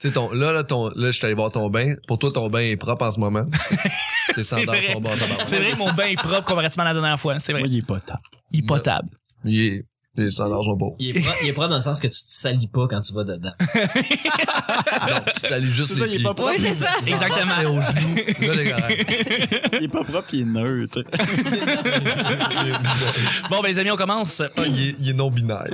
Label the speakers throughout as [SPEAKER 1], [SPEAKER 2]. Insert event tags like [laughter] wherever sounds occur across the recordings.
[SPEAKER 1] Tu sais, ton, là, là, ton, là, je suis allé voir ton bain. Pour toi, ton bain est propre en ce moment. Tes sandales
[SPEAKER 2] vrai.
[SPEAKER 1] sont bonnes. tabarnak.
[SPEAKER 2] C'est vrai que mon bain est propre comparativement à la dernière fois. C'est vrai.
[SPEAKER 3] Moi, il est pas top.
[SPEAKER 2] Il est potable.
[SPEAKER 1] Il est- Les sandales sont beaux.
[SPEAKER 4] Il est, propre, il est propre dans le sens que tu te salis pas quand tu vas dedans.
[SPEAKER 1] Non, tu salis juste
[SPEAKER 3] C'est ça,
[SPEAKER 1] les
[SPEAKER 3] il est
[SPEAKER 1] pieds.
[SPEAKER 3] pas propre.
[SPEAKER 5] Oui, c'est ça.
[SPEAKER 1] C'est
[SPEAKER 2] Exactement.
[SPEAKER 1] aux genoux. Là, les correct.
[SPEAKER 3] Il est pas propre, il est neutre.
[SPEAKER 1] Il est bon.
[SPEAKER 2] Bon, ben, les amis, on commence.
[SPEAKER 1] Ah, il est- il est non-binaire.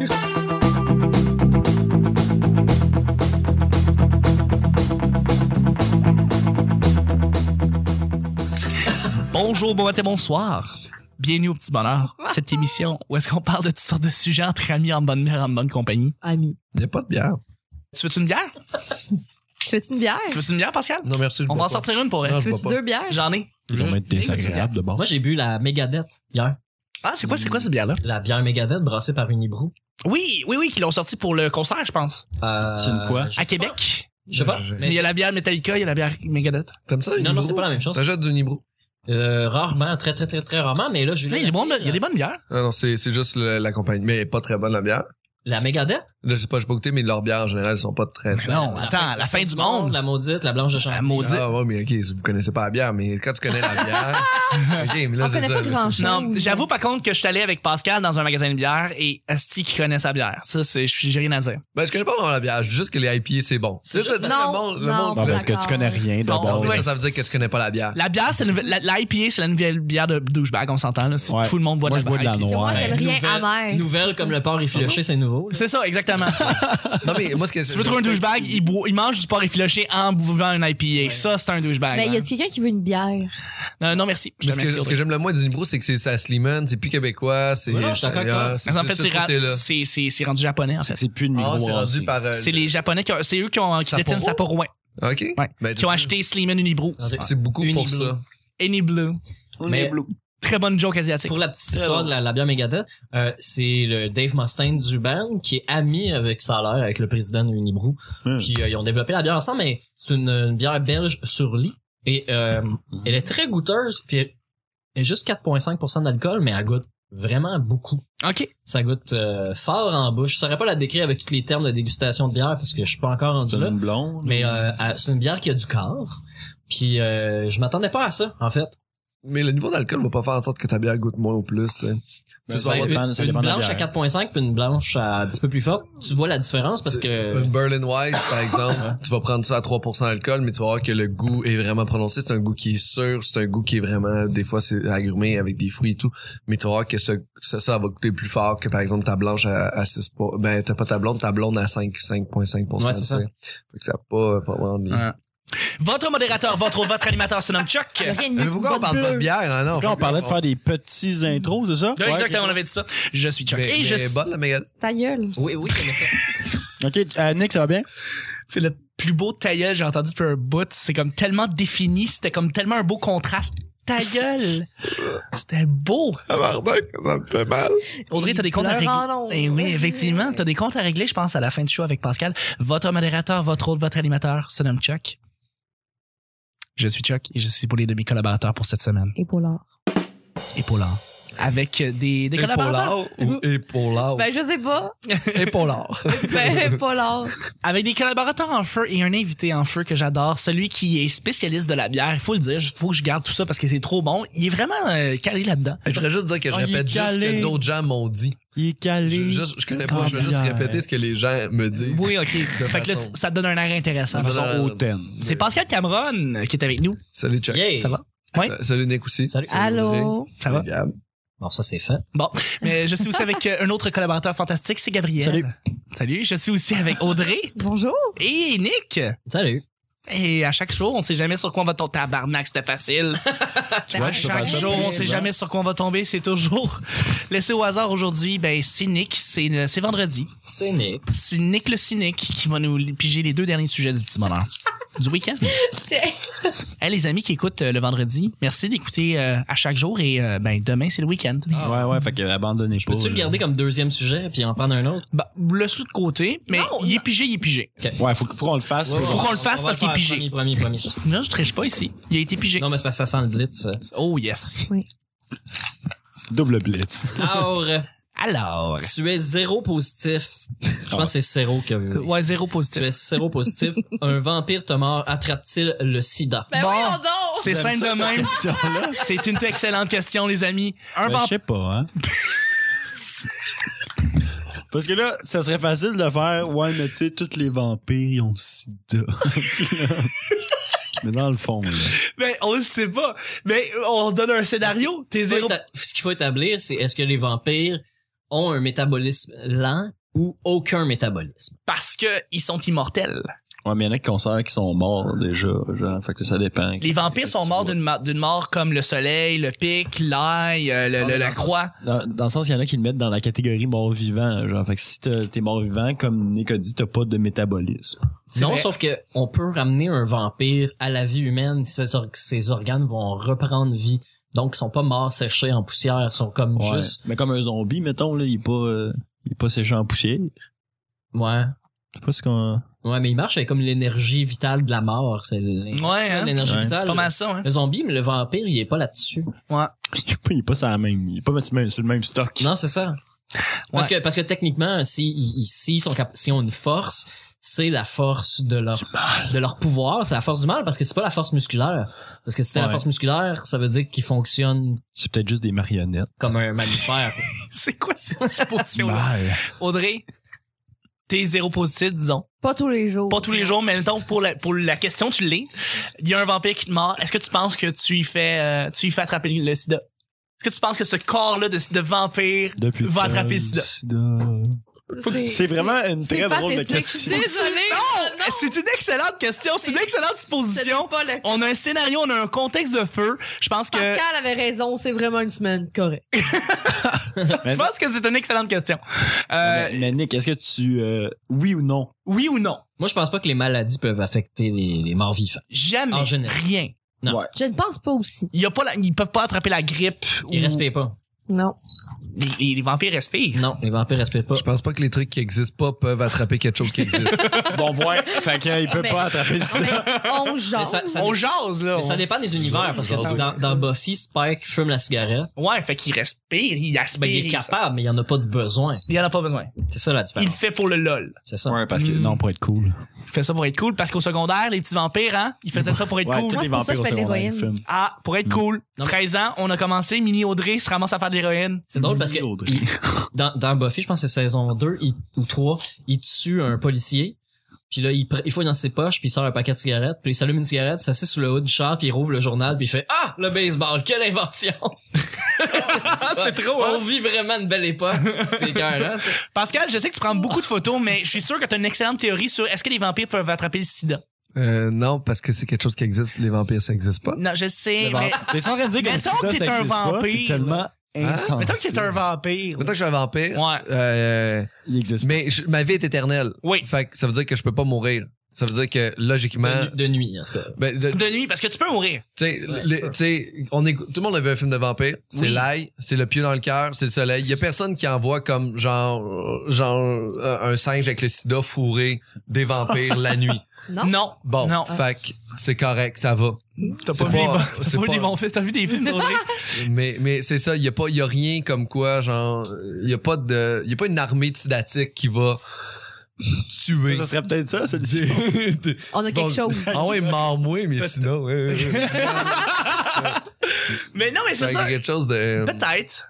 [SPEAKER 2] Bonjour, bon matin, bonsoir. Bienvenue au Petit Bonheur, cette émission où est-ce qu'on parle de toutes sortes de sujets entre amis, en bonne mère, en bonne compagnie.
[SPEAKER 5] Ami.
[SPEAKER 1] Il n'y a pas de bière.
[SPEAKER 2] Tu veux-tu une bière?
[SPEAKER 5] Tu veux-tu une bière?
[SPEAKER 2] Tu veux-tu une bière, Pascal?
[SPEAKER 1] Non, merci. je
[SPEAKER 2] On va
[SPEAKER 1] bois
[SPEAKER 2] en
[SPEAKER 1] pas.
[SPEAKER 2] sortir une pour elle.
[SPEAKER 4] Euh.
[SPEAKER 1] Non, je
[SPEAKER 5] Tu
[SPEAKER 1] bois
[SPEAKER 5] veux-tu
[SPEAKER 1] pas.
[SPEAKER 5] deux bières?
[SPEAKER 2] J'en ai.
[SPEAKER 3] Ils vont être désagréables de bord.
[SPEAKER 4] Moi, j'ai bu la Megadeth hier.
[SPEAKER 2] Ah, c'est quoi, c'est quoi cette bière-là?
[SPEAKER 4] La bière Megadeth brassée par Unibrou.
[SPEAKER 2] Oui, oui, oui, qu'ils l'ont sorti pour le concert, je pense.
[SPEAKER 4] Euh,
[SPEAKER 3] C'est une quoi?
[SPEAKER 4] je
[SPEAKER 2] À
[SPEAKER 4] sais pas.
[SPEAKER 2] Québec.
[SPEAKER 4] Je sais pas.
[SPEAKER 1] Je-
[SPEAKER 2] Il y
[SPEAKER 4] Mais,
[SPEAKER 2] a la bière Metallica, il y a la bière Megadeth.
[SPEAKER 1] T'aimes ça,
[SPEAKER 4] non, non, c'est pas la même chose.
[SPEAKER 1] T'achètes du Nibro.
[SPEAKER 4] Euh, rarement, très, très, très, très rarement. Mais là, je
[SPEAKER 2] Là,
[SPEAKER 4] l'ai
[SPEAKER 2] il, est bon,
[SPEAKER 4] essayé,
[SPEAKER 2] il y a des
[SPEAKER 4] euh,
[SPEAKER 2] bonnes bières.
[SPEAKER 1] Ah non, c'est c'est juste le- la compagnie. Mais elle est pas très bonne, la bière.
[SPEAKER 4] euh, La Megadeth?
[SPEAKER 1] Là, je sais pas, j'ai pas goûté, mais leurs bières, en général, elles sont pas très...
[SPEAKER 2] Mais Ben non, attends, la fin du monde.
[SPEAKER 4] La maudite, la blanche de
[SPEAKER 2] La
[SPEAKER 4] champagne.
[SPEAKER 2] maudite.
[SPEAKER 1] Ah ouais, mais OK, vous connaissez pas la bière, mais quand tu connais la bière... OK, mais là,
[SPEAKER 5] On
[SPEAKER 1] c'est
[SPEAKER 5] connaît
[SPEAKER 1] ça.
[SPEAKER 5] pas
[SPEAKER 1] là.
[SPEAKER 5] grand-chose.
[SPEAKER 2] Non, j'avoue par contre que je suis allé avec Pascal dans un magasin de bière et Asti qui connaît sa bière. Ça, c'est, je- j'ai rien à dire.
[SPEAKER 1] Ben, je connais pas vraiment la bière, je dis juste que les IPA, c'est bon. C'est
[SPEAKER 4] C'est
[SPEAKER 1] juste
[SPEAKER 4] juste-
[SPEAKER 1] le
[SPEAKER 5] Non,
[SPEAKER 1] monde... Le
[SPEAKER 5] non.
[SPEAKER 1] monde
[SPEAKER 3] Non, parce que tu connais rien de
[SPEAKER 2] Non,
[SPEAKER 1] Non,
[SPEAKER 3] bord.
[SPEAKER 1] mais ça, ça veut dire que tu connais pas la bière.
[SPEAKER 2] La bière, c'est l'IPA, c'est la nouvelle bière de douchebag, on s'entend. Là. C'est
[SPEAKER 3] Ouais.
[SPEAKER 2] Tout le monde boit
[SPEAKER 3] Moi,
[SPEAKER 2] de
[SPEAKER 3] je bois de la
[SPEAKER 2] IPA.
[SPEAKER 3] noire.
[SPEAKER 5] Moi, j'aime rien
[SPEAKER 4] Nouvelle-
[SPEAKER 5] amer.
[SPEAKER 4] Nouvelle comme le porc
[SPEAKER 2] Ah
[SPEAKER 4] effiloché, c'est nouveau. là.
[SPEAKER 2] C'est ça,
[SPEAKER 1] [laughs]
[SPEAKER 2] exactement.
[SPEAKER 1] Non, mais moi, ce que...
[SPEAKER 2] [laughs] tu veux trouver un douchebag, il, boit- il mange du porc effiloché en buvant une IPA.
[SPEAKER 4] Ouais.
[SPEAKER 2] Ça, c'est un douchebag.
[SPEAKER 5] Mais Ben, y a
[SPEAKER 2] hein. Euh,
[SPEAKER 5] quelqu'un qui veut une bière?
[SPEAKER 2] non, non, merci. Je
[SPEAKER 1] Mais
[SPEAKER 2] te
[SPEAKER 1] ce que,
[SPEAKER 2] remercie,
[SPEAKER 1] ce que
[SPEAKER 2] Audrey.
[SPEAKER 1] j'aime le moins du Nibro, c'est que c'est ça Slimane, c'est plus québécois, c'est...
[SPEAKER 4] Ouais, non, je suis d'accord avec toi.
[SPEAKER 1] Ah, c'est-
[SPEAKER 2] Mais en
[SPEAKER 1] c'est
[SPEAKER 2] fait,
[SPEAKER 1] ce
[SPEAKER 2] c'est, ra-
[SPEAKER 1] côté-là.
[SPEAKER 2] c'est- c'est- c'est rendu japonais, en fait.
[SPEAKER 3] C'est plus une
[SPEAKER 1] Ah, c'est rendu
[SPEAKER 3] micro
[SPEAKER 1] par... euh,
[SPEAKER 2] C'est les Japonais qui ont- c'est eux qui ont, qui
[SPEAKER 1] Sapporo?
[SPEAKER 2] détiennent Sapporo, ouais.
[SPEAKER 1] OK.
[SPEAKER 2] Ouais.
[SPEAKER 1] Ben,
[SPEAKER 2] qui ont acheté Sleeman Unibrew.
[SPEAKER 4] Rendu-
[SPEAKER 1] C'est beaucoup pour
[SPEAKER 4] Unibrew.
[SPEAKER 1] ça.
[SPEAKER 2] Any Blue.
[SPEAKER 4] Mais-
[SPEAKER 2] Très bonne joke asiatique.
[SPEAKER 4] Pour la petite histoire de la, la bière Megadeth, euh, c'est le Dave Mustaine du band qui est ami avec Saler, avec le président de Unibrew.
[SPEAKER 3] Hmm.
[SPEAKER 4] Puis euh, ils ont développé la bière ensemble, mais c'est une, une bière belge sur lit. Et euh,
[SPEAKER 3] Hmm.
[SPEAKER 4] elle est très goûteuse, puis elle elle est juste 4,5% d'alcool, mais elle goûte vraiment beaucoup.
[SPEAKER 2] OK.
[SPEAKER 4] Ça goûte euh, fort en bouche. Je saurais pas la décrire avec tous les termes de dégustation de bière parce que je suis pas encore rendu
[SPEAKER 3] C'est
[SPEAKER 4] là.
[SPEAKER 3] une blonde.
[SPEAKER 4] Mais euh, elle- c'est une bière qui a du corps. Puis euh, je m'attendais pas à ça, en fait.
[SPEAKER 1] Mais le niveau d'alcool va pas faire en sorte que ta bière goûte moins au plus, tu sais. Tu vas
[SPEAKER 3] Ben, ben,
[SPEAKER 1] avoir
[SPEAKER 3] dépend-
[SPEAKER 4] une,
[SPEAKER 3] ça
[SPEAKER 4] une
[SPEAKER 3] dépend de la
[SPEAKER 4] blanche à
[SPEAKER 3] bière.
[SPEAKER 4] 4.5 puis une blanche à un petit peu plus forte, tu vois la différence parce que
[SPEAKER 1] Une Berlin Weiss, par exemple, tu vas prendre ça à 3% d'alcool, mais tu vas voir que le goût est vraiment prononcé. C'est un goût qui est sûr, c'est un goût qui est vraiment, des fois, c'est agrumé avec des fruits et tout. Mais tu vas voir que ce, ça, ça va goûter plus fort que, par exemple, ta blanche à, à 6, po- ben, t'as pas ta blonde, ta blonde à 5, 5.5%.
[SPEAKER 4] Ouais, c'est ça.
[SPEAKER 1] tu sais. Fait que ça a pas, pas vraiment de-
[SPEAKER 2] Ouais. Votre modérateur, votre, votre animateur se nomme
[SPEAKER 5] [laughs]
[SPEAKER 2] Chuck.
[SPEAKER 5] Y a rien de
[SPEAKER 1] Mais
[SPEAKER 5] mieux
[SPEAKER 1] pourquoi on
[SPEAKER 5] qu'une bonne
[SPEAKER 1] parle pas de
[SPEAKER 5] bleue.
[SPEAKER 1] bière, hein, non?
[SPEAKER 3] Là, on parlait de faire des petits intros, c'est ça?
[SPEAKER 2] Là, exactement, on
[SPEAKER 3] Ouais,
[SPEAKER 2] avait dit ça. Je suis Chuck.
[SPEAKER 1] Mais,
[SPEAKER 2] Et
[SPEAKER 1] mais
[SPEAKER 2] je suis-
[SPEAKER 1] bonne, la méga.
[SPEAKER 5] Ta gueule.
[SPEAKER 4] oui oui, j'aimais ça.
[SPEAKER 3] OK, euh, Nick, ça va bien?
[SPEAKER 2] C'est le plus beau tailleul que j'ai entendu depuis un bout. C'est comme tellement défini. C'était comme tellement un beau contraste. Ta gueule! C'était beau!
[SPEAKER 1] ça me fait mal.
[SPEAKER 2] Audrey, t'as des comptes à régler.
[SPEAKER 5] Pleurons.
[SPEAKER 2] Eh oui, effectivement, t'as des comptes à régler, je pense, à la fin du show avec Pascal. Votre modérateur, votre hôte, votre animateur se nomme Chuck. Je suis Chuck et je suis pour les demi collaborateurs pour cette semaine.
[SPEAKER 5] Et pour l'or.
[SPEAKER 2] Et Polar. Avec euh, des, des collaborateurs.
[SPEAKER 1] ou épaulard?
[SPEAKER 5] Ben, je
[SPEAKER 1] [laughs]
[SPEAKER 5] sais pas.
[SPEAKER 1] Épaulard.
[SPEAKER 5] Ben, pas l'or.
[SPEAKER 2] Avec des collaborateurs en feu et un invité en feu que j'adore, celui qui est spécialiste de la bière. Il faut le dire, il faut que je garde tout ça parce que c'est trop bon. Il est vraiment euh, calé là-dedans.
[SPEAKER 1] Je voudrais juste dire que je
[SPEAKER 3] Ah, il est
[SPEAKER 1] répète juste ce
[SPEAKER 3] calé.
[SPEAKER 1] que d'autres gens m'ont dit.
[SPEAKER 3] Il est
[SPEAKER 1] Je,
[SPEAKER 3] calé.
[SPEAKER 1] juste- je connais pas, je vais juste
[SPEAKER 3] Cambière.
[SPEAKER 1] répéter ce que les gens me disent.
[SPEAKER 2] Oui, [laughs] OK. fait que là,
[SPEAKER 1] façon-
[SPEAKER 2] t- ça te donne un air intéressant.
[SPEAKER 1] De façon
[SPEAKER 3] Façon hautaine.
[SPEAKER 2] C'est Pascal Cameron euh, qui est avec nous.
[SPEAKER 1] Euh, Salut Chuck.
[SPEAKER 4] Yeah.
[SPEAKER 2] Ça va? Ouais.
[SPEAKER 1] Euh, Salut Nick aussi.
[SPEAKER 4] Salut.
[SPEAKER 5] Allô?
[SPEAKER 2] Ça va?
[SPEAKER 1] Gab.
[SPEAKER 4] Bon ça c'est fait.
[SPEAKER 2] Bon, [laughs] mais je suis aussi avec euh, un autre collaborateur fantastique, c'est Gabriel.
[SPEAKER 3] Salut.
[SPEAKER 2] Salut, je suis aussi avec Audrey
[SPEAKER 5] Bonjour.
[SPEAKER 2] et Nick.
[SPEAKER 4] Salut.
[SPEAKER 2] Et à chaque jour, on sait jamais sur quoi on va tomber. Tabarnak, c'était facile.
[SPEAKER 3] Tu vois, je suis
[SPEAKER 2] chaque
[SPEAKER 3] facile.
[SPEAKER 2] jour, on sait jamais sur quoi on va tomber. C'est toujours [laughs] laissé au hasard aujourd'hui. Ben, c'est Nick, c'est euh, c'est vendredi.
[SPEAKER 4] C'est Nick.
[SPEAKER 2] C'est Nick le cynique qui va nous piger les deux derniers sujets du petit bonheur. Du week-end.
[SPEAKER 5] C'est-
[SPEAKER 2] Hey, les amis qui écoutent euh, le vendredi, merci d'écouter euh, à chaque jour et euh, ben demain c'est le week-end.
[SPEAKER 3] Ouais, ouais, fait que abandonnez pas.
[SPEAKER 4] Peux-tu le
[SPEAKER 3] là.
[SPEAKER 4] garder comme deuxième sujet puis en prendre un autre
[SPEAKER 2] Ben, le sous de côté, mais
[SPEAKER 5] Non,
[SPEAKER 2] il est pigé, il est pigé.
[SPEAKER 3] Ouais, faut, faut qu'on le fasse.
[SPEAKER 4] Ouais,
[SPEAKER 3] faut-
[SPEAKER 2] qu'on
[SPEAKER 4] ouais,
[SPEAKER 2] le fasse
[SPEAKER 4] on va
[SPEAKER 2] parce qu'il est
[SPEAKER 4] faire
[SPEAKER 2] pigé.
[SPEAKER 4] Premier,
[SPEAKER 2] [laughs]
[SPEAKER 4] premier, premier.
[SPEAKER 2] Non, je triche pas ici. Il a été pigé.
[SPEAKER 4] Non mais c'est parce que ça sent le blitz.
[SPEAKER 2] Oh yes.
[SPEAKER 3] Double blitz.
[SPEAKER 4] Alors, euh,
[SPEAKER 2] Alors.
[SPEAKER 4] Tu es zéro positif. Je pense que c'est zéro que
[SPEAKER 2] Ouais, zéro
[SPEAKER 4] Tu
[SPEAKER 2] positif.
[SPEAKER 4] es zéro positif. Un vampire te mord. Attrape-t-il le sida?
[SPEAKER 5] Ben
[SPEAKER 2] Bon.
[SPEAKER 5] oui, on dort.
[SPEAKER 2] C'est simple de même. [laughs] C'est une excellente question, les amis. Un
[SPEAKER 3] Ben, je
[SPEAKER 2] vampire.
[SPEAKER 3] sais pas, hein. [laughs] Parce que là, ça serait facile de faire Ouais, mais tu sais, tous les vampires, ils ont le [laughs] sida. mais dans le fond, là.
[SPEAKER 2] Mais ben, on le sait pas. Mais on donne un scénario. T'es
[SPEAKER 4] Ce qu'il faut
[SPEAKER 2] zéro.
[SPEAKER 4] éta- Ce qu'il faut établir, c'est est-ce que les vampires ont un métabolisme lent ou aucun métabolisme?
[SPEAKER 2] Parce que ils sont immortels.
[SPEAKER 3] Ouais, mais il y en a qui considèrent qu'ils sont morts déjà. Genre, fait que ça dépend.
[SPEAKER 2] Les vampires sont morts d'une ma- d'une mort comme le soleil, le pic, l'ail, euh, le-
[SPEAKER 3] Non,
[SPEAKER 2] le-
[SPEAKER 3] mais
[SPEAKER 2] la
[SPEAKER 3] dans ce-
[SPEAKER 2] croix.
[SPEAKER 3] Dans, dans le sens, il y en a qui le mettent dans la catégorie mort-vivant. Genre, fait que si t'es t'es mort-vivant, comme Nick a dit, t'as pas de métabolisme.
[SPEAKER 2] C'est
[SPEAKER 4] Non,
[SPEAKER 2] vrai.
[SPEAKER 4] sauf que on peut ramener un vampire à la vie humaine. Ses, or- ses organes vont reprendre vie. Donc, ils sont pas morts séchés en poussière. Ils sont comme
[SPEAKER 3] Ouais.
[SPEAKER 4] juste...
[SPEAKER 3] Mais comme un zombie, mettons, là, il est pas, euh, il est pas séché en poussière.
[SPEAKER 4] Ouais.
[SPEAKER 3] Je sais pas ce qu'on. [laughs]
[SPEAKER 4] Ouais, mais il marche avec comme l'énergie vitale de la mort. C'est l'énergie
[SPEAKER 2] Ouais, hein.
[SPEAKER 4] l'énergie
[SPEAKER 3] Ouais.
[SPEAKER 4] vitale.
[SPEAKER 2] C'est pas mal ça, hein.
[SPEAKER 4] Le zombie, mais le vampire, il est pas là-dessus.
[SPEAKER 2] Ouais.
[SPEAKER 3] Il est pas- il est pas sur la même. Il est pas sur le même- sur le même stock.
[SPEAKER 4] Non, c'est ça. Parce que parce que techniquement, si ils- s'ils sont cap- s'ils ont une force, c'est la force de leur de leur pouvoir, c'est la force du mal parce que c'est pas la force musculaire. Parce que si c'était la
[SPEAKER 3] Ouais.
[SPEAKER 4] force musculaire, ça veut dire qu'ils fonctionnent
[SPEAKER 3] C'est peut-être juste des marionnettes.
[SPEAKER 4] comme un
[SPEAKER 2] [laughs]
[SPEAKER 4] mammifère.
[SPEAKER 2] [laughs] C'est quoi cette supposition
[SPEAKER 3] Mal.
[SPEAKER 2] Audrey, t'es zéro positif, disons.
[SPEAKER 5] Pas tous les jours.
[SPEAKER 2] Pas tous les jours, mais mettons, pour la, pour la question, tu l'es. Il y a un vampire qui te mord. Est-ce que tu penses que tu y fais, euh, tu y fais attraper le sida? Est-ce que tu penses que ce corps-là de, de vampire
[SPEAKER 3] Depuis
[SPEAKER 2] va
[SPEAKER 3] le temps,
[SPEAKER 2] attraper le sida?
[SPEAKER 3] C'est vraiment une
[SPEAKER 5] c'est
[SPEAKER 3] très drôle de
[SPEAKER 5] pathétique.
[SPEAKER 3] question.
[SPEAKER 5] Désolée. Ah, Non, non.
[SPEAKER 2] Eh, C'est une excellente question, c'est une excellente
[SPEAKER 5] Ce
[SPEAKER 2] supposition.
[SPEAKER 5] n'est pas le
[SPEAKER 2] On a un scénario, on a un contexte de feu. Je pense que,
[SPEAKER 5] Pascal avait raison, c'est vraiment une semaine correcte.
[SPEAKER 2] je pense que c'est une excellente question. Euh,
[SPEAKER 3] Mais, mais Nick, est-ce que tu. euh, oui ou non?
[SPEAKER 2] oui ou non?
[SPEAKER 4] Moi, je pense pas que les maladies peuvent affecter les, les morts vivants.
[SPEAKER 2] Jamais.
[SPEAKER 4] En général.
[SPEAKER 2] Rien.
[SPEAKER 4] Non.
[SPEAKER 3] Ouais.
[SPEAKER 5] Je ne pense pas aussi.
[SPEAKER 2] Il y a pas la- ils peuvent pas attraper la grippe.
[SPEAKER 4] Ils
[SPEAKER 2] ou-
[SPEAKER 4] respirent pas.
[SPEAKER 5] Non.
[SPEAKER 2] Les, les- les vampires respirent.
[SPEAKER 4] Non, les vampires respirent pas.
[SPEAKER 1] Je pense pas que les trucs qui existent pas peuvent attraper quelque chose qui
[SPEAKER 2] [laughs]
[SPEAKER 1] existe.
[SPEAKER 3] Bon, ouais. [laughs] fait qu'il
[SPEAKER 2] Ah, ben,
[SPEAKER 3] peut
[SPEAKER 5] Mais-
[SPEAKER 3] pas attraper le sida.
[SPEAKER 5] On
[SPEAKER 4] Mais
[SPEAKER 5] genre.
[SPEAKER 4] ça- ça-
[SPEAKER 2] on jase, là.
[SPEAKER 4] Mais ça
[SPEAKER 2] On-
[SPEAKER 4] dépend des univers parce que
[SPEAKER 1] Jaser.
[SPEAKER 4] dans, dans Buffy, Spike fume la cigarette.
[SPEAKER 2] Ouais, fait qu'il respire, il aspire.
[SPEAKER 4] Ben, il est capable, mais il en a pas de besoin.
[SPEAKER 2] Il en a pas besoin.
[SPEAKER 4] C'est ça
[SPEAKER 2] Il
[SPEAKER 4] la
[SPEAKER 2] le
[SPEAKER 4] différence.
[SPEAKER 2] fait pour le lol.
[SPEAKER 4] C'est ça.
[SPEAKER 3] Ouais, parce que.
[SPEAKER 2] Mm.
[SPEAKER 3] Non, pour être cool.
[SPEAKER 2] Il fait ça pour être cool parce qu'au secondaire, les petits vampires, hein, ils faisaient ça pour être
[SPEAKER 3] Ouais,
[SPEAKER 2] cool.
[SPEAKER 3] tous les
[SPEAKER 5] Moi, c'est pour ça que
[SPEAKER 3] vampires au
[SPEAKER 5] je fais de
[SPEAKER 3] secondaire, ils
[SPEAKER 5] l'héroïne.
[SPEAKER 3] fument.
[SPEAKER 2] Ah, pour être cool.
[SPEAKER 4] Mm. Non, mais-
[SPEAKER 2] 13 ans, on a commencé, mini Audrey se ramasse à faire de l'héroïne.
[SPEAKER 4] C'est drôle parce que
[SPEAKER 3] Audrey.
[SPEAKER 4] il- dans, dans Buffy, je pense que c'est saison 2 il- ou 3, il tue un policier. Puis là, il, pre- il fouille dans ses poches, puis il sort un paquet de cigarettes, puis il s'allume une cigarette, s'assied sous le haut du char, puis il rouvre le journal, puis il fait « Ah, le baseball, quelle invention! [laughs]
[SPEAKER 2] Ah, » c'est trop,
[SPEAKER 4] On
[SPEAKER 2] hein?
[SPEAKER 4] vit vraiment une belle époque. C'est écœurant.
[SPEAKER 2] Pascal, je sais que tu prends beaucoup de photos, mais je suis sûr que tu as une excellente théorie sur est-ce que les vampires peuvent attraper le sida.
[SPEAKER 1] Euh, non, parce que c'est quelque chose qui existe, puis les vampires, ça existe pas.
[SPEAKER 2] Non, je sais, mais.
[SPEAKER 3] T'es en train de dire que le
[SPEAKER 2] Mettons
[SPEAKER 3] sida,
[SPEAKER 2] que t'es
[SPEAKER 3] ça
[SPEAKER 2] un
[SPEAKER 3] existe pas,
[SPEAKER 2] vampire,
[SPEAKER 3] T'es tellement insensible.
[SPEAKER 2] Mettons que c'est un vampire.
[SPEAKER 1] Mettons que je suis un vampire.
[SPEAKER 2] Ouais.
[SPEAKER 1] euh,
[SPEAKER 3] Il existe
[SPEAKER 1] mais je- ma vie est éternelle.
[SPEAKER 2] Oui.
[SPEAKER 1] Fait que ça veut dire que je peux pas mourir. Ça veut dire que logiquement.
[SPEAKER 4] De, nu- de nuit, en tout cas.
[SPEAKER 1] Ben, de-
[SPEAKER 2] De nuit, parce que tu peux mourir.
[SPEAKER 1] tu sais,
[SPEAKER 4] Ouais,
[SPEAKER 1] les-
[SPEAKER 4] c'est ça.
[SPEAKER 1] tu sais, on est, tout le monde a vu un film de vampire. C'est
[SPEAKER 2] Oui.
[SPEAKER 1] l'ail, c'est le pieu dans le cœur, c'est le soleil. Il y a personne qui envoie comme genre, genre euh, un singe avec le sida fourré des vampires la nuit.
[SPEAKER 5] Non.
[SPEAKER 2] [laughs] Non.
[SPEAKER 1] Bon,
[SPEAKER 2] Non.
[SPEAKER 1] fait que c'est correct, ça va.
[SPEAKER 2] T'as
[SPEAKER 1] C'est
[SPEAKER 2] pas, vu les
[SPEAKER 1] pas-
[SPEAKER 2] bons-
[SPEAKER 1] c'est
[SPEAKER 2] t'as pas vu
[SPEAKER 1] pas-
[SPEAKER 2] des bons films, t'as vu des films, Audrey?
[SPEAKER 1] Mais, mais c'est ça, il n'y a, pas- y a rien comme quoi, genre, il n'y a, pas de- y a pas une armée de sidatiques qui va tuer.
[SPEAKER 3] Ça serait peut-être ça, celui-ci.
[SPEAKER 1] [laughs]
[SPEAKER 5] On a
[SPEAKER 1] Bon.
[SPEAKER 5] quelque chose.
[SPEAKER 1] ah ouais, mort-moi, mais sinon. euh,
[SPEAKER 2] mais non, mais [laughs] c'est
[SPEAKER 1] fait
[SPEAKER 2] ça.
[SPEAKER 1] quelque chose de. euh,
[SPEAKER 2] Peut-être.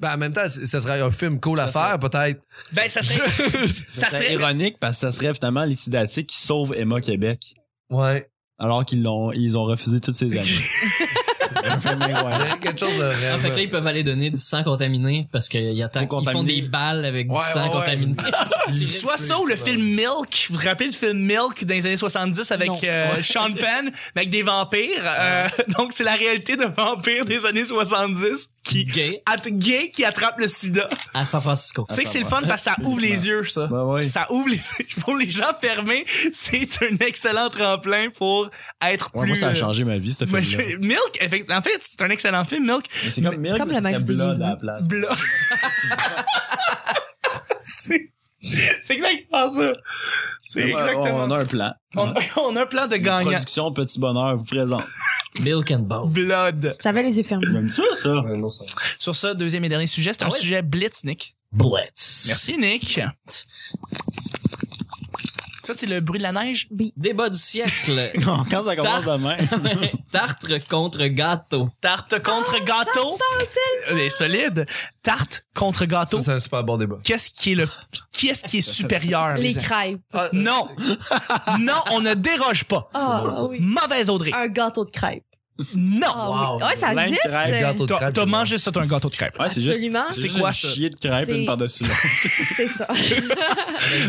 [SPEAKER 1] Ben, en même temps, c- ça serait un film cool à
[SPEAKER 3] Ça serait-
[SPEAKER 1] faire, peut-être.
[SPEAKER 2] Ben, ça serait. ça
[SPEAKER 3] C'est
[SPEAKER 2] serait.
[SPEAKER 3] ironique parce que ça serait finalement les sidatiques qui sauvent Emma Québec.
[SPEAKER 1] Ouais.
[SPEAKER 3] Alors qu'ils l'ont, ils ont refusé toutes ces années.
[SPEAKER 2] [laughs]
[SPEAKER 3] [laughs] Un film
[SPEAKER 1] Il
[SPEAKER 3] incroyable.
[SPEAKER 1] y a quelque chose de.
[SPEAKER 4] Ah, fait que là, ils peuvent aller donner du sang contaminé parce qu'ils attaquent,
[SPEAKER 3] Faut
[SPEAKER 4] ils font
[SPEAKER 3] contaminer.
[SPEAKER 4] des balles avec du
[SPEAKER 1] Ouais,
[SPEAKER 4] sang
[SPEAKER 1] ouais, Ah, ouais.
[SPEAKER 4] contaminé.
[SPEAKER 1] [laughs]
[SPEAKER 2] Soit ça ou le film Milk. Vous vous rappelez le film Milk dans les années 70 avec
[SPEAKER 5] Non.
[SPEAKER 2] euh, Sean Penn, mais avec des vampires. euh, [laughs] donc, c'est la réalité de vampires des années 70 qui.
[SPEAKER 4] gay
[SPEAKER 2] at- gay qui attrape le sida.
[SPEAKER 4] à San Francisco.
[SPEAKER 2] Tu sais que c'est le fun parce que ça ouvre les yeux, ça.
[SPEAKER 3] Ben oui.
[SPEAKER 2] Ça ouvre les [laughs] yeux. Pour les gens fermés, c'est un excellent tremplin pour être
[SPEAKER 3] Ouais,
[SPEAKER 2] plus.
[SPEAKER 3] moi, ça a
[SPEAKER 2] euh,
[SPEAKER 3] changé ma vie, ce
[SPEAKER 2] Mais
[SPEAKER 3] film-là.
[SPEAKER 2] je- Milk, effect- en fait, c'est un excellent film, Milk.
[SPEAKER 3] Mais C'est comme, Milk,
[SPEAKER 5] Comme
[SPEAKER 3] mais
[SPEAKER 5] le
[SPEAKER 3] ça
[SPEAKER 5] match
[SPEAKER 3] serait
[SPEAKER 5] des
[SPEAKER 3] Blood
[SPEAKER 5] Disney.
[SPEAKER 3] à la place.
[SPEAKER 2] Bla- [laughs] C'est- C'est exactement ça. C'est
[SPEAKER 3] On a un plan.
[SPEAKER 2] On, on a un plan de gagnant.
[SPEAKER 3] Production Petit Bonheur vous [laughs] présente.
[SPEAKER 4] Milk and Bone.
[SPEAKER 2] Blood.
[SPEAKER 5] J'avais les yeux fermés.
[SPEAKER 3] J'aime ça, ça.
[SPEAKER 1] Ouais, non, ça-
[SPEAKER 2] Sur ce, deuxième et dernier sujet, c'est un
[SPEAKER 4] Ah ouais?
[SPEAKER 2] sujet blitz, Nick.
[SPEAKER 4] Blitz.
[SPEAKER 2] Merci, Nick. Ça, c'est le bruit de la neige.
[SPEAKER 4] Débat du siècle. [laughs]
[SPEAKER 3] Quand ça commence demain.
[SPEAKER 4] Tartre contre gâteau.
[SPEAKER 2] Tarte
[SPEAKER 5] Ah,
[SPEAKER 2] contre gâteau. Mais solide. Tarte contre
[SPEAKER 1] Ça,
[SPEAKER 2] gâteau.
[SPEAKER 1] c'est un super bon débat.
[SPEAKER 2] Qu'est-ce qui est le, qui est-ce qui est supérieur?
[SPEAKER 5] Les
[SPEAKER 2] les amis?
[SPEAKER 5] crêpes.
[SPEAKER 1] Ah,
[SPEAKER 2] non. non, on ne déroge pas.
[SPEAKER 5] Ah oui.
[SPEAKER 2] Mauvaise Audrey.
[SPEAKER 5] Un gâteau de crêpes.
[SPEAKER 2] Non.
[SPEAKER 5] Ah oui.
[SPEAKER 1] Wow.
[SPEAKER 5] Ouais, ça
[SPEAKER 3] Plein de
[SPEAKER 5] existe. euh,
[SPEAKER 3] crêpes.
[SPEAKER 1] le gâteau de
[SPEAKER 2] T'as
[SPEAKER 1] crêpes,
[SPEAKER 2] t'as
[SPEAKER 1] je-
[SPEAKER 2] mangé ça, t'as un gâteau de crêpe.
[SPEAKER 3] Ouais, c'est juste.
[SPEAKER 5] Absolument,
[SPEAKER 2] c'est quoi
[SPEAKER 3] une
[SPEAKER 2] ça?
[SPEAKER 3] chier de crêpes
[SPEAKER 5] C'est-
[SPEAKER 3] une par-dessus l'autre.
[SPEAKER 5] [laughs] c'est ça.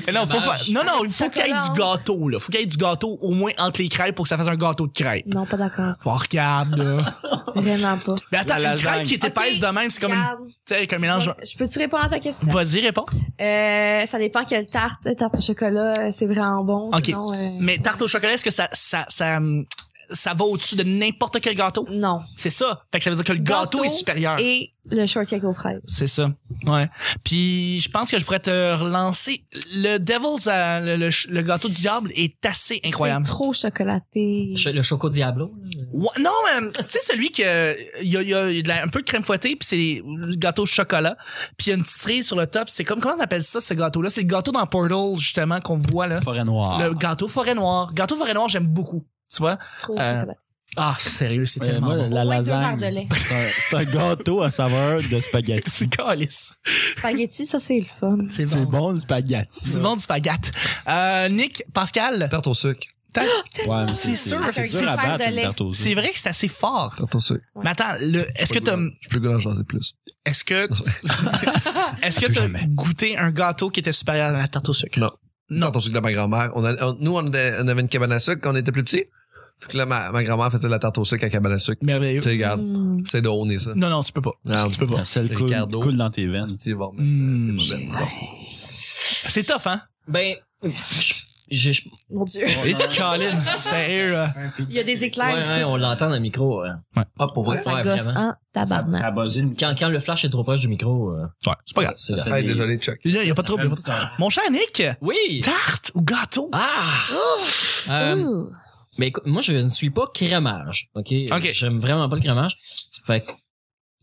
[SPEAKER 2] Mais non, faut pas- non, non, il faut qu'il y ait
[SPEAKER 5] Chocolat.
[SPEAKER 2] du gâteau, là. Faut qu'il y ait du gâteau au moins entre les crêpes pour que ça fasse un gâteau de crêpes.
[SPEAKER 5] Non, pas d'accord.
[SPEAKER 2] Faut regarde, là.
[SPEAKER 5] Vraiment pas.
[SPEAKER 2] Mais attends,
[SPEAKER 3] La
[SPEAKER 2] une
[SPEAKER 3] lasagne.
[SPEAKER 2] crêpe qui est épaisse
[SPEAKER 5] Ok,
[SPEAKER 2] de même, c'est comme une,
[SPEAKER 5] Regarde,
[SPEAKER 2] tu sais, avec un mélange.
[SPEAKER 5] je peux-tu répondre à ta question?
[SPEAKER 2] Vas-y, réponds.
[SPEAKER 5] Euh, ça dépend quelle tarte. Tarte au chocolat, euh, c'est vraiment bon.
[SPEAKER 2] OK.
[SPEAKER 5] Sinon, euh,
[SPEAKER 2] Mais tarte au chocolat, est-ce que ça, ça, ça, hum, ça va au-dessus de n'importe quel gâteau?
[SPEAKER 5] Non.
[SPEAKER 2] C'est ça. Fait que ça veut dire que le gâteau,
[SPEAKER 5] Gâteau
[SPEAKER 2] est supérieur.
[SPEAKER 5] Et le shortcake aux fraises.
[SPEAKER 2] C'est ça. Ouais. Puis je pense que je pourrais te relancer. Le Devil's, euh, le, le ch- le gâteau du diable est assez incroyable.
[SPEAKER 5] C'est trop chocolaté.
[SPEAKER 4] Ch- Le Choco Diablo. là.
[SPEAKER 2] Ouais, non, mais euh, tu sais, celui que il y a, il y a de la- un peu de crème fouettée, puis c'est le gâteau au chocolat, puis il y a une petite cerise sur le top. C'est comme, comment on appelle ça, ce gâteau-là? C'est le gâteau dans Portal, justement, qu'on voit, là.
[SPEAKER 3] Forêt noire.
[SPEAKER 5] Ah.
[SPEAKER 2] Le gâteau forêt noire. Gâteau forêt noire, j'aime beaucoup. Tu vois?
[SPEAKER 5] Trop
[SPEAKER 2] Euh,
[SPEAKER 5] chocolaté.
[SPEAKER 2] Ah, sérieux, c'est
[SPEAKER 3] Ouais,
[SPEAKER 2] tellement
[SPEAKER 3] moi, [laughs]
[SPEAKER 2] bon.
[SPEAKER 3] la
[SPEAKER 5] Ouais, deux verres de
[SPEAKER 3] lasagne.
[SPEAKER 5] lait.
[SPEAKER 3] C'est un- C'est un gâteau à saveur de spaghetti.
[SPEAKER 2] C'est [laughs] calice.
[SPEAKER 5] Spaghetti, ça, c'est le fun.
[SPEAKER 2] C'est
[SPEAKER 3] C'est
[SPEAKER 2] bon.
[SPEAKER 3] bon, du spaghetti.
[SPEAKER 2] C'est bon du spaghetti. Euh, Nick, Pascal,
[SPEAKER 1] Tarte au sucre.
[SPEAKER 5] Ah!
[SPEAKER 3] Ouais, mais c'est
[SPEAKER 2] C'est sûr.
[SPEAKER 3] c'est- c'est
[SPEAKER 5] Avec
[SPEAKER 3] dur
[SPEAKER 5] une
[SPEAKER 3] à
[SPEAKER 5] sphère
[SPEAKER 3] battre
[SPEAKER 5] de
[SPEAKER 3] une
[SPEAKER 5] lait.
[SPEAKER 3] tarte aux œufs.
[SPEAKER 2] c'est vrai que c'est assez fort.
[SPEAKER 1] Tarte au sucre.
[SPEAKER 2] Mais attends, le- est-ce que
[SPEAKER 1] Pas
[SPEAKER 2] t'as,
[SPEAKER 1] le goût. Je peux goûter, j'en sais plus.
[SPEAKER 2] est-ce que, est-ce que
[SPEAKER 3] Plus
[SPEAKER 2] t'as
[SPEAKER 3] jamais.
[SPEAKER 2] goûté un gâteau qui était supérieur à la tarte au sucre?
[SPEAKER 1] Non.
[SPEAKER 2] Non.
[SPEAKER 1] Tarte au sucre de ma grand-mère. On allait- on- nous, on avait, on avait une cabane à sucre quand on était plus petits. Fait que là, ma, ma grand-mère faisait de la tarte au sucre à cabane à sucre.
[SPEAKER 2] Merveilleux.
[SPEAKER 1] Tu sais, regarde,
[SPEAKER 5] Mm.
[SPEAKER 1] c'est de honner ça. Ah,
[SPEAKER 2] Non, non, tu peux pas.
[SPEAKER 1] Non, tu peux
[SPEAKER 3] La selle coule,
[SPEAKER 1] Ricardo.
[SPEAKER 3] coule dans tes veines.
[SPEAKER 1] C'est bon.
[SPEAKER 2] Hmm.
[SPEAKER 1] euh, T'es pas belle. Bon.
[SPEAKER 2] C'est tough, hein?
[SPEAKER 4] Ben, je- je- je-
[SPEAKER 5] Mon Dieu.
[SPEAKER 2] Et Colin, sérieux. euh. là.
[SPEAKER 5] Il y a des
[SPEAKER 4] ouais,
[SPEAKER 5] éclairs.
[SPEAKER 4] ouais,
[SPEAKER 5] ici.
[SPEAKER 4] on l'entend dans le micro. hein.
[SPEAKER 1] Ah, pour vrai?
[SPEAKER 5] ça
[SPEAKER 4] ouais,
[SPEAKER 5] gosse
[SPEAKER 4] vraiment.
[SPEAKER 5] en tabarnak.
[SPEAKER 3] a buzzé une
[SPEAKER 4] Quand, quand le flash est trop proche du micro, euh,
[SPEAKER 2] Ouais, c'est pas grave.
[SPEAKER 4] c'est grave.
[SPEAKER 1] Hey, désolé, Chuck.
[SPEAKER 2] Il y a pas de trouble. y a pas de trouble. Mon cher Nick,
[SPEAKER 4] Oui!
[SPEAKER 2] tarte ou gâteau?
[SPEAKER 4] Ah! Euh,
[SPEAKER 5] Ouh.
[SPEAKER 4] Mais écoute, moi, je ne suis pas crémage, OK?
[SPEAKER 2] OK.
[SPEAKER 4] J'aime vraiment pas le crémage. Fait que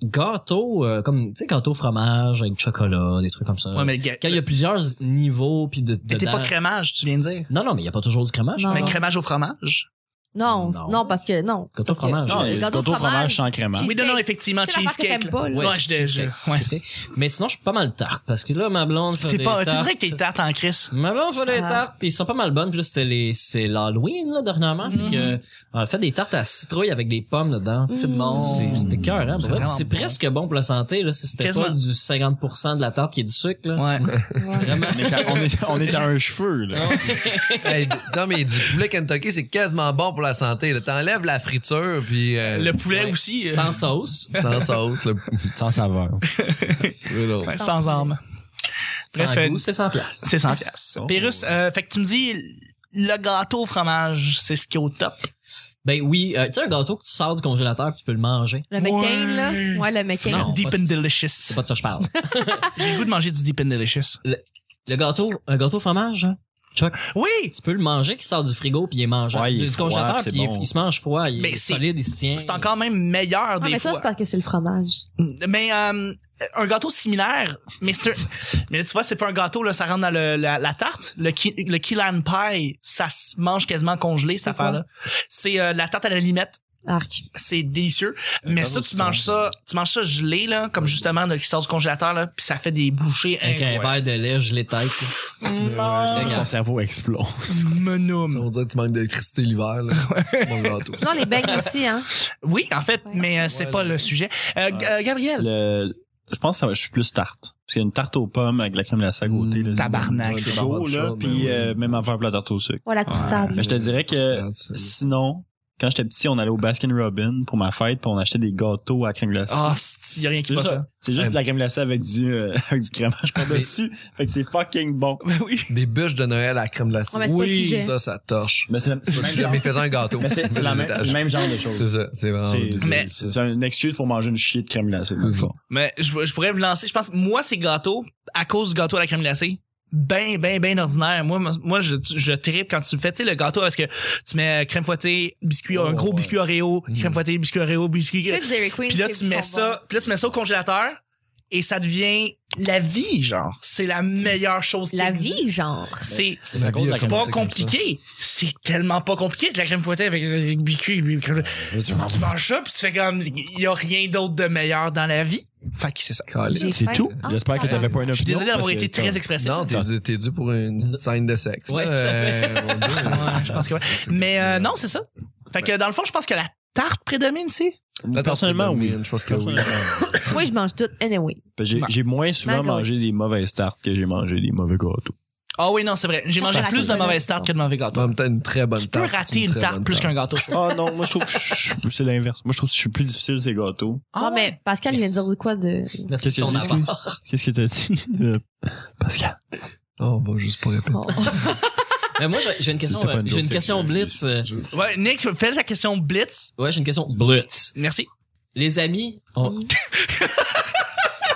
[SPEAKER 4] gâteau, euh, comme, tu sais, gâteau fromage avec chocolat, des trucs comme ça.
[SPEAKER 2] Ouais, mais le gars-
[SPEAKER 4] Quand il y a plusieurs niveaux, puis de,
[SPEAKER 2] mais t'es
[SPEAKER 4] Ah. dedans-
[SPEAKER 2] pas crémage, tu viens de dire.
[SPEAKER 4] Non, non, mais il n'y a pas toujours du crémage.
[SPEAKER 5] Non.
[SPEAKER 2] Mais crémage au fromage?
[SPEAKER 5] Non,
[SPEAKER 4] Non.
[SPEAKER 5] non, parce que non.
[SPEAKER 4] Gâteau
[SPEAKER 5] Parce que-
[SPEAKER 4] fromage.
[SPEAKER 3] Non, il y a du gâteau au fromage sans crémage.
[SPEAKER 5] [laughs] Cheesecake.
[SPEAKER 2] Oui, non, non, effectivement,
[SPEAKER 5] C'est l'affaire que
[SPEAKER 2] cheesecake.
[SPEAKER 5] t'aimes
[SPEAKER 2] là.
[SPEAKER 5] pas, là.
[SPEAKER 2] Ouais, je déjà. Ouais.
[SPEAKER 4] Cheesecake. Mais sinon, je suis pas mal tarte, parce que là, ma blonde fait
[SPEAKER 2] T'es
[SPEAKER 4] des
[SPEAKER 2] pas, t'es
[SPEAKER 4] tartes.
[SPEAKER 2] vrai que t'es tarte en crise.
[SPEAKER 4] Ma blonde fait des
[SPEAKER 5] Ah.
[SPEAKER 4] tartes, puis ils sont pas mal bonnes. Puis là, c'était les, c'est l'Halloween, là, dernièrement.
[SPEAKER 2] Mhm.
[SPEAKER 4] Fait que, on a fait des tartes à citrouille avec des pommes dedans.
[SPEAKER 5] C'est
[SPEAKER 2] bon.
[SPEAKER 3] Oh.
[SPEAKER 4] C'est- C'était cœur,
[SPEAKER 2] C'est
[SPEAKER 4] hein? pour vrai. Puis
[SPEAKER 2] vraiment
[SPEAKER 4] C'est
[SPEAKER 2] bon.
[SPEAKER 4] presque bon pour la santé, là, si c'était
[SPEAKER 2] Quasiment.
[SPEAKER 4] pas du 50% de la tarte qui est du sucre, là.
[SPEAKER 2] Ouais.
[SPEAKER 5] Ouais.
[SPEAKER 4] Vraiment.
[SPEAKER 3] On est à- on est, on est à un cheveu, là.
[SPEAKER 1] [laughs] Hey, d- non, mais du poulet Kentucky, c'est quasiment bon pour la santé. là. T'enlèves la friture, puis... euh,
[SPEAKER 2] Le poulet
[SPEAKER 4] Ouais.
[SPEAKER 2] aussi. euh, [laughs]
[SPEAKER 4] Sans sauce.
[SPEAKER 1] Sans sauce, le
[SPEAKER 3] Sans saveur.
[SPEAKER 1] poulet. là.
[SPEAKER 2] ouais, sans armes.
[SPEAKER 4] Sans
[SPEAKER 2] Bref,
[SPEAKER 4] goût,
[SPEAKER 2] euh,
[SPEAKER 4] c'est sans place.
[SPEAKER 2] c'est sans pièces.
[SPEAKER 3] Oh.
[SPEAKER 2] Pérus, euh, fait que tu me dis, le gâteau au fromage, c'est ce qui est au top.
[SPEAKER 4] Ben oui, euh, tu sais, un gâteau que tu sors du congélateur que tu peux le manger.
[SPEAKER 5] Le McCain,
[SPEAKER 2] Ouais.
[SPEAKER 5] là. Ouais, le McCain.
[SPEAKER 4] Non,
[SPEAKER 2] deep
[SPEAKER 4] pas-
[SPEAKER 2] and delicious.
[SPEAKER 4] C'est pas de ça que
[SPEAKER 2] [laughs]
[SPEAKER 4] je parle.
[SPEAKER 2] J'ai le goût de manger du deep and delicious.
[SPEAKER 4] Le gâteau, un gâteau au fromage, hein,
[SPEAKER 2] Oui!
[SPEAKER 4] tu peux le manger qui sort du frigo puis il est mangeable.
[SPEAKER 3] Ouais, il
[SPEAKER 4] du
[SPEAKER 3] est
[SPEAKER 4] du
[SPEAKER 3] froid,
[SPEAKER 4] congélateur
[SPEAKER 3] puis c'est
[SPEAKER 4] puis il,
[SPEAKER 3] bon.
[SPEAKER 4] il se mange froid, il
[SPEAKER 2] Mais
[SPEAKER 4] est
[SPEAKER 2] c'est-
[SPEAKER 4] solide, il se tient.
[SPEAKER 2] C'est encore même meilleur
[SPEAKER 5] Ah,
[SPEAKER 2] des
[SPEAKER 5] mais ça,
[SPEAKER 2] fois.
[SPEAKER 5] c'est parce que c'est le fromage.
[SPEAKER 2] Mais euh, un gâteau similaire, mais c'est un- [laughs] mais là, tu vois, c'est pas un gâteau là, ça rentre dans le- la, la tarte. Le ki, le key lime pie, ça se mange quasiment congelé cette
[SPEAKER 5] C'est quoi?
[SPEAKER 2] affaire-là. C'est euh, la tarte à la limette,
[SPEAKER 5] Arc.
[SPEAKER 2] c'est délicieux. mais
[SPEAKER 3] tarte
[SPEAKER 2] ça,
[SPEAKER 3] au
[SPEAKER 2] tu
[SPEAKER 3] citron.
[SPEAKER 2] manges ça, tu manges ça gelé là, comme justement là, qui sort du congélateur là, puis ça fait des bouchées.
[SPEAKER 4] Avec un verre de lait, je l'ai tête.
[SPEAKER 3] Ton cerveau explose.
[SPEAKER 1] Ça,
[SPEAKER 2] Monum.
[SPEAKER 1] on dirait que tu manques d'électricité l'hiver. [laughs] là. C'est bon, le gâteau.
[SPEAKER 5] Sinon, les beignes aussi, hein.
[SPEAKER 2] Oui, en fait,
[SPEAKER 5] Ouais.
[SPEAKER 2] mais euh, c'est
[SPEAKER 1] Ouais,
[SPEAKER 2] pas
[SPEAKER 1] le-
[SPEAKER 2] le sujet. Euh, G- euh, Gabriel,
[SPEAKER 3] Le- je pense que ça va- je suis plus tarte. Parce qu'il y a une tarte aux pommes avec de la crème glacée à côté.
[SPEAKER 1] Mm,
[SPEAKER 3] là.
[SPEAKER 2] tabarnak,
[SPEAKER 3] Mmh, C'est
[SPEAKER 1] c'est
[SPEAKER 3] chaud,
[SPEAKER 1] bon,
[SPEAKER 3] là.
[SPEAKER 1] chaud,
[SPEAKER 3] Puis
[SPEAKER 1] mais
[SPEAKER 3] euh,
[SPEAKER 1] oui.
[SPEAKER 3] même affaire pour la tarte au sucre.
[SPEAKER 5] Ouais, la
[SPEAKER 2] Ouais.
[SPEAKER 1] ben,
[SPEAKER 5] croustade.
[SPEAKER 3] Mais je te dirais que sinon, quand j'étais petit, on allait au Baskin Robin pour ma fête, puis on achetait des gâteaux à crème glacée.
[SPEAKER 2] ah, c'est- y a rien qui
[SPEAKER 3] C'est
[SPEAKER 2] passe
[SPEAKER 3] juste,
[SPEAKER 2] ça. [laughs]
[SPEAKER 3] c'est juste de la crème glacée avec du, euh, [laughs] avec du crémage par-dessus. Fait que c'est fucking bon.
[SPEAKER 2] Ben oui.
[SPEAKER 1] Des bûches de Noël à la crème glacée.
[SPEAKER 5] Ouais, mais c'est pas le sujet.
[SPEAKER 1] ça, ça torche.
[SPEAKER 3] Mais c'est la- c'est le même genre-
[SPEAKER 1] Jamais fait un gâteau.
[SPEAKER 3] mais [laughs] c'est- c'est la même- c'est le même genre de
[SPEAKER 1] C'est
[SPEAKER 3] choses.
[SPEAKER 1] ça, c'est vraiment.
[SPEAKER 3] C'est
[SPEAKER 2] Mais-
[SPEAKER 3] c'est- c'est une excuse pour manger une chier de crème glacée. dans le fond.
[SPEAKER 2] Mais je, je pourrais vous lancer, je pense, moi, c'est gâteau à cause du gâteau à la crème glacée. ben, ben, ben ordinaire. Moi, moi, je, je tripe quand tu le fais, tu sais, le gâteau, parce que tu mets euh, crème fouettée, biscuit,
[SPEAKER 1] Oh,
[SPEAKER 2] un gros
[SPEAKER 1] ouais.
[SPEAKER 2] biscuit Oreo, crème fouettée, biscuit Oreo, biscuit.
[SPEAKER 5] Tu sais, du Dairy Queen,
[SPEAKER 2] Puis là,
[SPEAKER 5] c'est
[SPEAKER 2] tu mets
[SPEAKER 5] bon,
[SPEAKER 2] ça, puis là, tu mets ça au congélateur et ça devient la vie, genre. C'est la meilleure chose qui
[SPEAKER 5] bon. La
[SPEAKER 2] existe. [laughs]
[SPEAKER 5] vie, genre.
[SPEAKER 2] C'est
[SPEAKER 1] La vie a
[SPEAKER 2] pas
[SPEAKER 1] commencé comme ça.
[SPEAKER 2] compliqué. C'est tellement pas compliqué. de La crème fouettée avec avec biscuit, avec crème- tu manges ça, puis tu fais comme, il y a rien d'autre de meilleur dans la vie. Fait que c'est ça.
[SPEAKER 1] Calais.
[SPEAKER 5] J'ai
[SPEAKER 3] C'est
[SPEAKER 5] faim.
[SPEAKER 3] tout.
[SPEAKER 5] Ah,
[SPEAKER 3] J'espère que
[SPEAKER 5] pardon.
[SPEAKER 3] t'avais pas une opinion.
[SPEAKER 2] Je suis désolé d'avoir
[SPEAKER 3] parce que
[SPEAKER 2] été très
[SPEAKER 3] t'as-
[SPEAKER 2] expressif.
[SPEAKER 1] Non, t'es dû- t'es dû pour une petite scène de sexe.
[SPEAKER 4] Ouais,
[SPEAKER 1] là.
[SPEAKER 4] tout à
[SPEAKER 1] Euh, mon Dieu.
[SPEAKER 2] Ouais, je pense que ouais. Mais euh, non, c'est ça. Fait que dans le fond, je pense que la tarte prédomine, c'est.
[SPEAKER 1] La tarte
[SPEAKER 3] Personnellement, oui.
[SPEAKER 1] prédomine, Je pense que oui.
[SPEAKER 5] Moi, je mange tout. Anyway.
[SPEAKER 3] Parce que J'ai
[SPEAKER 2] Bah.
[SPEAKER 3] j'ai moins souvent
[SPEAKER 5] Mango.
[SPEAKER 3] mangé des mauvaises tartes que j'ai mangé des mauvais gâteaux.
[SPEAKER 2] Ah oui, non, c'est vrai. J'ai mangé
[SPEAKER 5] Ça,
[SPEAKER 2] plus
[SPEAKER 5] c'est
[SPEAKER 2] de mauvaises tartes que de mauvais
[SPEAKER 1] En
[SPEAKER 2] gâteaux.
[SPEAKER 1] même temps, une très bonne
[SPEAKER 2] Tu peux
[SPEAKER 1] tarte. c'est
[SPEAKER 2] rater
[SPEAKER 1] une
[SPEAKER 2] une
[SPEAKER 1] très
[SPEAKER 2] tarte
[SPEAKER 1] bonne
[SPEAKER 2] plus qu'un gâteau.
[SPEAKER 3] Ah non, moi je trouve que je- c'est l'inverse. Moi je trouve que je suis plus difficile ces gâteaux.
[SPEAKER 5] Ah,
[SPEAKER 2] ouais.
[SPEAKER 5] mais Pascal vient de dire de quoi de.
[SPEAKER 4] Merci
[SPEAKER 3] Qu'est-ce
[SPEAKER 4] pour
[SPEAKER 3] qu'il
[SPEAKER 4] ton
[SPEAKER 3] a dit,
[SPEAKER 4] apport.
[SPEAKER 3] Qu'est-ce que t'as dit? Euh, Pascal.
[SPEAKER 1] Oh, on va juste pas répéter.
[SPEAKER 2] [laughs]
[SPEAKER 5] Bon.
[SPEAKER 4] Mais moi, j'ai- j'ai une [laughs] question,
[SPEAKER 3] C'était pas
[SPEAKER 4] euh,
[SPEAKER 3] une
[SPEAKER 4] j'ai une
[SPEAKER 3] joke,
[SPEAKER 4] question
[SPEAKER 3] c'est-
[SPEAKER 4] blitz. euh,
[SPEAKER 2] Ouais, Nick, fais la question Blitz.
[SPEAKER 4] Ouais, j'ai une question blitz.
[SPEAKER 2] Merci.
[SPEAKER 4] Les amis.
[SPEAKER 3] [laughs]
[SPEAKER 4] on-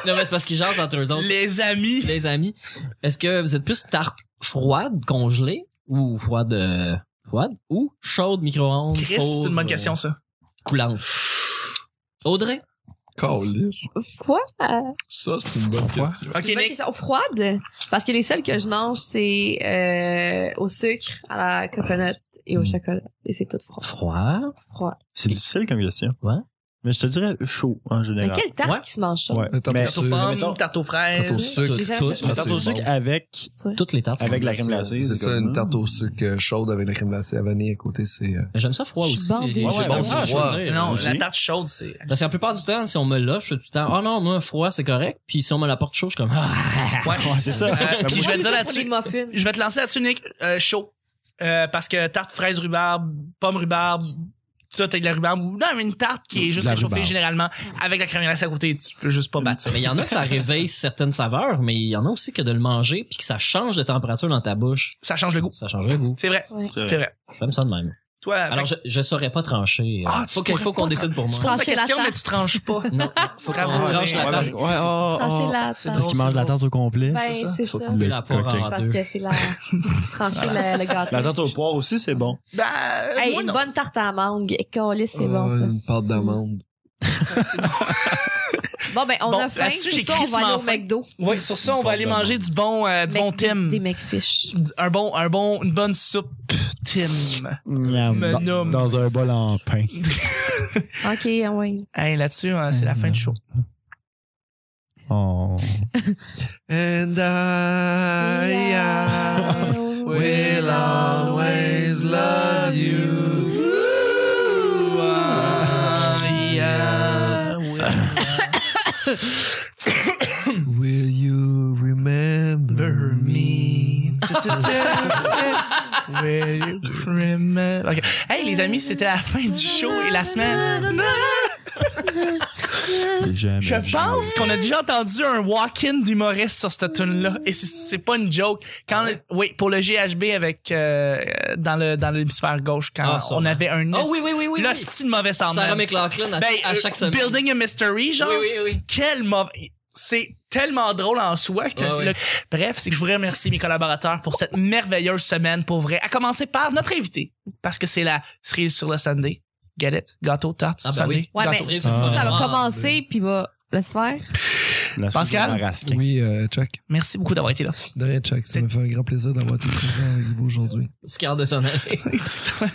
[SPEAKER 4] non, mais c'est parce qu'ils jasent entre eux autres.
[SPEAKER 2] Les amis.
[SPEAKER 4] [laughs] les amis. Est-ce que vous êtes plus tarte froide, congelée, ou froide, euh, froide, ou chaude micro-ondes?
[SPEAKER 2] Chris,
[SPEAKER 4] four,
[SPEAKER 2] c'est une bonne
[SPEAKER 4] euh,
[SPEAKER 2] question, ça.
[SPEAKER 4] coulante. Audrey?
[SPEAKER 1] Calisse.
[SPEAKER 5] Quoi? Euh,
[SPEAKER 1] Ça, c'est une bonne
[SPEAKER 2] Pourquoi?
[SPEAKER 1] question.
[SPEAKER 2] Ok,
[SPEAKER 5] C'est une bonne
[SPEAKER 2] Nick.
[SPEAKER 5] question. Froide? Parce que les seules que je mange, c'est euh, au sucre, à la coconut
[SPEAKER 2] Mm.
[SPEAKER 5] et au chocolat. Et c'est tout froid.
[SPEAKER 4] Froid.
[SPEAKER 3] C'est difficile comme question.
[SPEAKER 4] Ouais.
[SPEAKER 3] Mais je te dirais chaud en
[SPEAKER 5] Mais
[SPEAKER 3] général.
[SPEAKER 5] quelle tarte
[SPEAKER 4] Ouais.
[SPEAKER 5] qui se mange ça?
[SPEAKER 3] Ouais.
[SPEAKER 1] Attends,
[SPEAKER 3] Mais
[SPEAKER 1] parce
[SPEAKER 2] Tarte aux
[SPEAKER 1] sûr,
[SPEAKER 2] pommes,
[SPEAKER 3] mettons-
[SPEAKER 2] tarte aux
[SPEAKER 1] Tarte au
[SPEAKER 2] fraises.
[SPEAKER 1] sucre.
[SPEAKER 5] J'ai jamais fait
[SPEAKER 4] Toutes.
[SPEAKER 5] ça.
[SPEAKER 3] Une tarte au
[SPEAKER 1] c'est
[SPEAKER 3] sucre
[SPEAKER 1] bon.
[SPEAKER 3] avec
[SPEAKER 5] Ça.
[SPEAKER 4] Toutes les tartes.
[SPEAKER 3] avec la crème glacée.
[SPEAKER 1] C'est ça,
[SPEAKER 3] comme-
[SPEAKER 1] une tarte au sucre euh, chaude avec la crème glacée à vanille à côté, c'est... euh,
[SPEAKER 4] J'aime ça froid
[SPEAKER 5] Je suis
[SPEAKER 4] aussi.
[SPEAKER 5] bandée.
[SPEAKER 4] les- les-
[SPEAKER 1] Ouais,
[SPEAKER 4] les-
[SPEAKER 1] ouais,
[SPEAKER 4] les-
[SPEAKER 1] c'est
[SPEAKER 4] les-
[SPEAKER 1] froid.
[SPEAKER 4] les- les-
[SPEAKER 2] Non,
[SPEAKER 4] les-
[SPEAKER 2] la tarte chaude, c'est.
[SPEAKER 4] Parce que la plupart du temps, si on me l'offre, je suis tout le temps, oh non, moi, froid, c'est correct. Puis si on me l'apporte chaud, je suis comme, [laughs] ah.
[SPEAKER 2] Ouais.
[SPEAKER 3] hein. Ouais, c'est ça.
[SPEAKER 2] Euh,
[SPEAKER 3] Mais moi,
[SPEAKER 2] puis je vais te dire
[SPEAKER 5] Pour
[SPEAKER 2] là-dessus.
[SPEAKER 5] les muffins.
[SPEAKER 2] Je vais te lancer là-dessus, Nick. Euh, chaud. Euh, parce que tarte fraise rhubarbe, pomme rhubarbe, tout avec la rhubarbe. ou- Non, mais une tarte qui est juste
[SPEAKER 3] La
[SPEAKER 2] réchauffée
[SPEAKER 3] rhubarbe.
[SPEAKER 2] généralement avec la crème glacée à côté, tu peux juste pas battre ça.
[SPEAKER 4] Mais il y en a que ça réveille certaines saveurs, mais il y en a aussi que de le manger puis que ça change de température dans ta bouche.
[SPEAKER 2] Ça change le goût.
[SPEAKER 4] Ça change le goût.
[SPEAKER 2] C'est vrai,
[SPEAKER 3] c'est
[SPEAKER 2] c'est
[SPEAKER 3] vrai.
[SPEAKER 2] vrai.
[SPEAKER 4] J'aime ça de même.
[SPEAKER 2] Toi,
[SPEAKER 4] Alors,
[SPEAKER 2] fait
[SPEAKER 4] je, je saurais pas trancher. euh.
[SPEAKER 2] Ah, tu
[SPEAKER 4] faut qu'il
[SPEAKER 2] pourrais
[SPEAKER 4] faut qu'on
[SPEAKER 2] pas
[SPEAKER 4] décide pour moi.
[SPEAKER 2] que [laughs] tu poses la
[SPEAKER 5] Trancher la
[SPEAKER 2] question,
[SPEAKER 5] tarte.
[SPEAKER 2] mais tu tranches
[SPEAKER 5] [laughs]
[SPEAKER 2] pas.
[SPEAKER 4] Non, faut qu'on
[SPEAKER 2] Bravo,
[SPEAKER 4] tranche
[SPEAKER 2] mais-
[SPEAKER 4] la
[SPEAKER 3] Ah, Ouais, parce
[SPEAKER 4] tarte.
[SPEAKER 3] que- ouais, oh,
[SPEAKER 5] Trancher
[SPEAKER 3] oh.
[SPEAKER 5] la
[SPEAKER 2] c'est
[SPEAKER 5] tarte.
[SPEAKER 3] Parce qu'il mange la tarte au complet.
[SPEAKER 5] Ben,
[SPEAKER 3] c'est ça?
[SPEAKER 5] c'est
[SPEAKER 4] Faut
[SPEAKER 5] ça.
[SPEAKER 4] couper la poire
[SPEAKER 3] cocktail.
[SPEAKER 4] en
[SPEAKER 5] Parce
[SPEAKER 4] deux.
[SPEAKER 5] que c'est la.
[SPEAKER 2] [laughs]
[SPEAKER 5] Trancher le- le gâteau.
[SPEAKER 3] La tarte au poire aussi, c'est bon.
[SPEAKER 2] Ben,
[SPEAKER 5] Hey,
[SPEAKER 2] moi,
[SPEAKER 5] une
[SPEAKER 2] non.
[SPEAKER 5] bonne tarte à la mangue. Câlisse, c'est bon,
[SPEAKER 1] euh,
[SPEAKER 5] ça.
[SPEAKER 1] Une pâte d'amande.
[SPEAKER 5] Bon, ben, on
[SPEAKER 2] Bon,
[SPEAKER 5] a faim.
[SPEAKER 2] là-dessus,
[SPEAKER 5] Pour
[SPEAKER 2] j'ai
[SPEAKER 5] ça, on va aller
[SPEAKER 2] crissement
[SPEAKER 5] au
[SPEAKER 2] faim.
[SPEAKER 5] McDo.
[SPEAKER 2] Ouais, sur ça, on va aller
[SPEAKER 3] Pardon.
[SPEAKER 2] manger du bon, euh, du
[SPEAKER 5] Mc-
[SPEAKER 2] bon Tim.
[SPEAKER 5] Des McFish.
[SPEAKER 2] Un bon, un bon, une bonne soupe Tim. Me
[SPEAKER 3] Mm, Dans-
[SPEAKER 2] nomme.
[SPEAKER 3] Dans un bol en pain.
[SPEAKER 5] OK, oui.
[SPEAKER 2] Hey, là-dessus, hein, c'est la fin du show.
[SPEAKER 3] Oh.
[SPEAKER 1] And I, I will always love you. Will you remember
[SPEAKER 2] Remember
[SPEAKER 1] me?
[SPEAKER 2] me. Will you remember- Ok. Hey les amis, c'était la fin du show et la semaine.
[SPEAKER 3] Jamais.
[SPEAKER 2] Je pense qu'on a déjà entendu un walk-in d'humoriste sur cette tune là et c'est- c'est pas une joke. Quand oui, pour le GHB avec euh, dans le dans l'hémisphère gauche quand
[SPEAKER 4] Ah,
[SPEAKER 2] on
[SPEAKER 4] sûrement.
[SPEAKER 2] avait un
[SPEAKER 4] Oh oui, oui, oui, oui.
[SPEAKER 2] là,
[SPEAKER 4] oui.
[SPEAKER 2] c'est une mauvaise
[SPEAKER 4] Sarah
[SPEAKER 2] semaine.
[SPEAKER 4] McLachlan à,
[SPEAKER 2] Ben,
[SPEAKER 4] à chaque
[SPEAKER 2] euh,
[SPEAKER 4] semaine.
[SPEAKER 2] building a mystery genre.
[SPEAKER 4] Oui, oui, oui.
[SPEAKER 2] quel mauvais. C'est tellement drôle en soi. que
[SPEAKER 4] Ouais,
[SPEAKER 2] c'est
[SPEAKER 4] ouais.
[SPEAKER 2] le- Bref, c'est que je voudrais remercier mes collaborateurs pour cette merveilleuse semaine pour vrai. À commencer par notre invité. Parce que c'est la cerise sur le Sunday. Get it? Gâteau, tarte,
[SPEAKER 4] Ah, ben
[SPEAKER 2] Sunday.
[SPEAKER 4] oui.
[SPEAKER 5] Ouais,
[SPEAKER 2] gâteau.
[SPEAKER 5] mais-
[SPEAKER 4] Cerise
[SPEAKER 3] Ah.
[SPEAKER 4] sur le
[SPEAKER 5] Ça va
[SPEAKER 4] fromage.
[SPEAKER 5] commencer, puis va. Laisse faire.
[SPEAKER 3] La
[SPEAKER 2] Pascal?
[SPEAKER 3] soupe à rasquin.
[SPEAKER 1] Oui, euh, Chuck.
[SPEAKER 2] Merci beaucoup d'avoir
[SPEAKER 4] [laughs]
[SPEAKER 2] été là.
[SPEAKER 1] De rien, Chuck. Ça me fait un grand plaisir d'avoir été présent avec vous [laughs] aujourd'hui.
[SPEAKER 4] Scar de son année.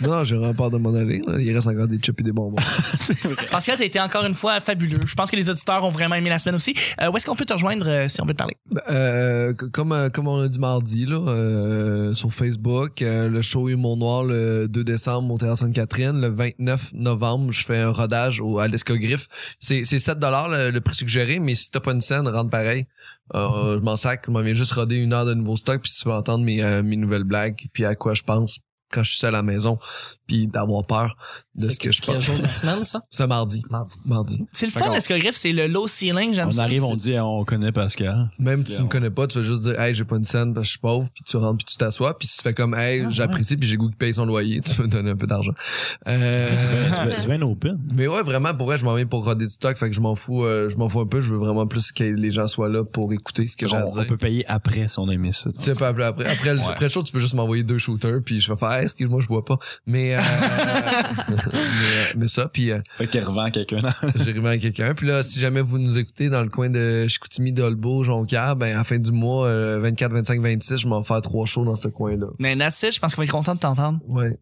[SPEAKER 1] Non, j'ai vraiment peur de m'en aller. là. Il reste encore des chips et des bonbons.
[SPEAKER 2] Pascal, t'as été encore une fois fabuleux. Je pense que les auditeurs ont vraiment aimé la semaine aussi. Euh, où est-ce qu'on peut te rejoindre euh, si on veut te parler?
[SPEAKER 1] Ben, euh, c- comme, euh, comme on a dit mardi, là, euh, sur Facebook, euh, le show Humour Noir le 2 décembre, Montréal Sainte-Catherine. Le 29 novembre, je fais un rodage au, à l'escogriffe. C'est c'est 7 le, le prix suggéré, mais si t'as pas une scène, rentre pareil. Euh, je m'en sac, je m'en viens juste roder une heure de nouveau stock, puis si tu veux entendre mes, euh, mes nouvelles blagues, puis à quoi je pense quand je suis seul à la maison, puis d'avoir peur de ce que je
[SPEAKER 4] Quel
[SPEAKER 1] pense.
[SPEAKER 4] jour de la semaine, ça?
[SPEAKER 1] C'était mardi.
[SPEAKER 4] Mardi.
[SPEAKER 1] Mardi.
[SPEAKER 2] C'est le fun,
[SPEAKER 3] D'accord.
[SPEAKER 2] est-ce que greffe, c'est le low ceiling, j'aime
[SPEAKER 3] On
[SPEAKER 2] ça.
[SPEAKER 3] arrive, on dit, eh, on connaît Pascal.
[SPEAKER 1] Même si tu
[SPEAKER 3] Bien.
[SPEAKER 1] me connais pas, tu vas juste dire, hey, j'ai pas une scène parce que je suis pauvre, puis tu rentres puis tu t'assois, puis si tu fais comme, hey,
[SPEAKER 2] Ah,
[SPEAKER 1] j'apprécie puis j'ai goût qu'il paye son loyer, [laughs] tu peux me donner un peu d'argent.
[SPEAKER 3] [laughs]
[SPEAKER 1] Euh,
[SPEAKER 3] C'est bien- c'est bien open.
[SPEAKER 1] mais ouais, vraiment, pour vrai, je m'en viens pour roder du stock, fait que je m'en fous, euh, je m'en fous un peu, je veux vraiment plus que les gens soient là pour écouter ce que j'ai à
[SPEAKER 3] On, on
[SPEAKER 1] dire.
[SPEAKER 3] peut payer après si on aimait ça.
[SPEAKER 1] Tu sais, après, après, après, le-
[SPEAKER 3] Ouais.
[SPEAKER 1] après le show, tu peux juste m'envoyer deux shooters, puis je vais faire, Hey, excuse-moi, je bois pas. Mais, euh, [laughs] mais, euh, mais ça, puis euh,
[SPEAKER 3] Fait que t'es revends quelqu'un.
[SPEAKER 1] j'ai arrivé à quelqu'un. Puis là, si jamais vous nous écoutez dans le coin de Chicoutimi, Dolbeau, Jonquière, ben, à la fin du mois, euh, 24, 25, 26, je vais en faire trois shows dans ce coin-là.
[SPEAKER 2] Mais Nassim, je pense qu'on va être content de t'entendre.
[SPEAKER 1] Ouais.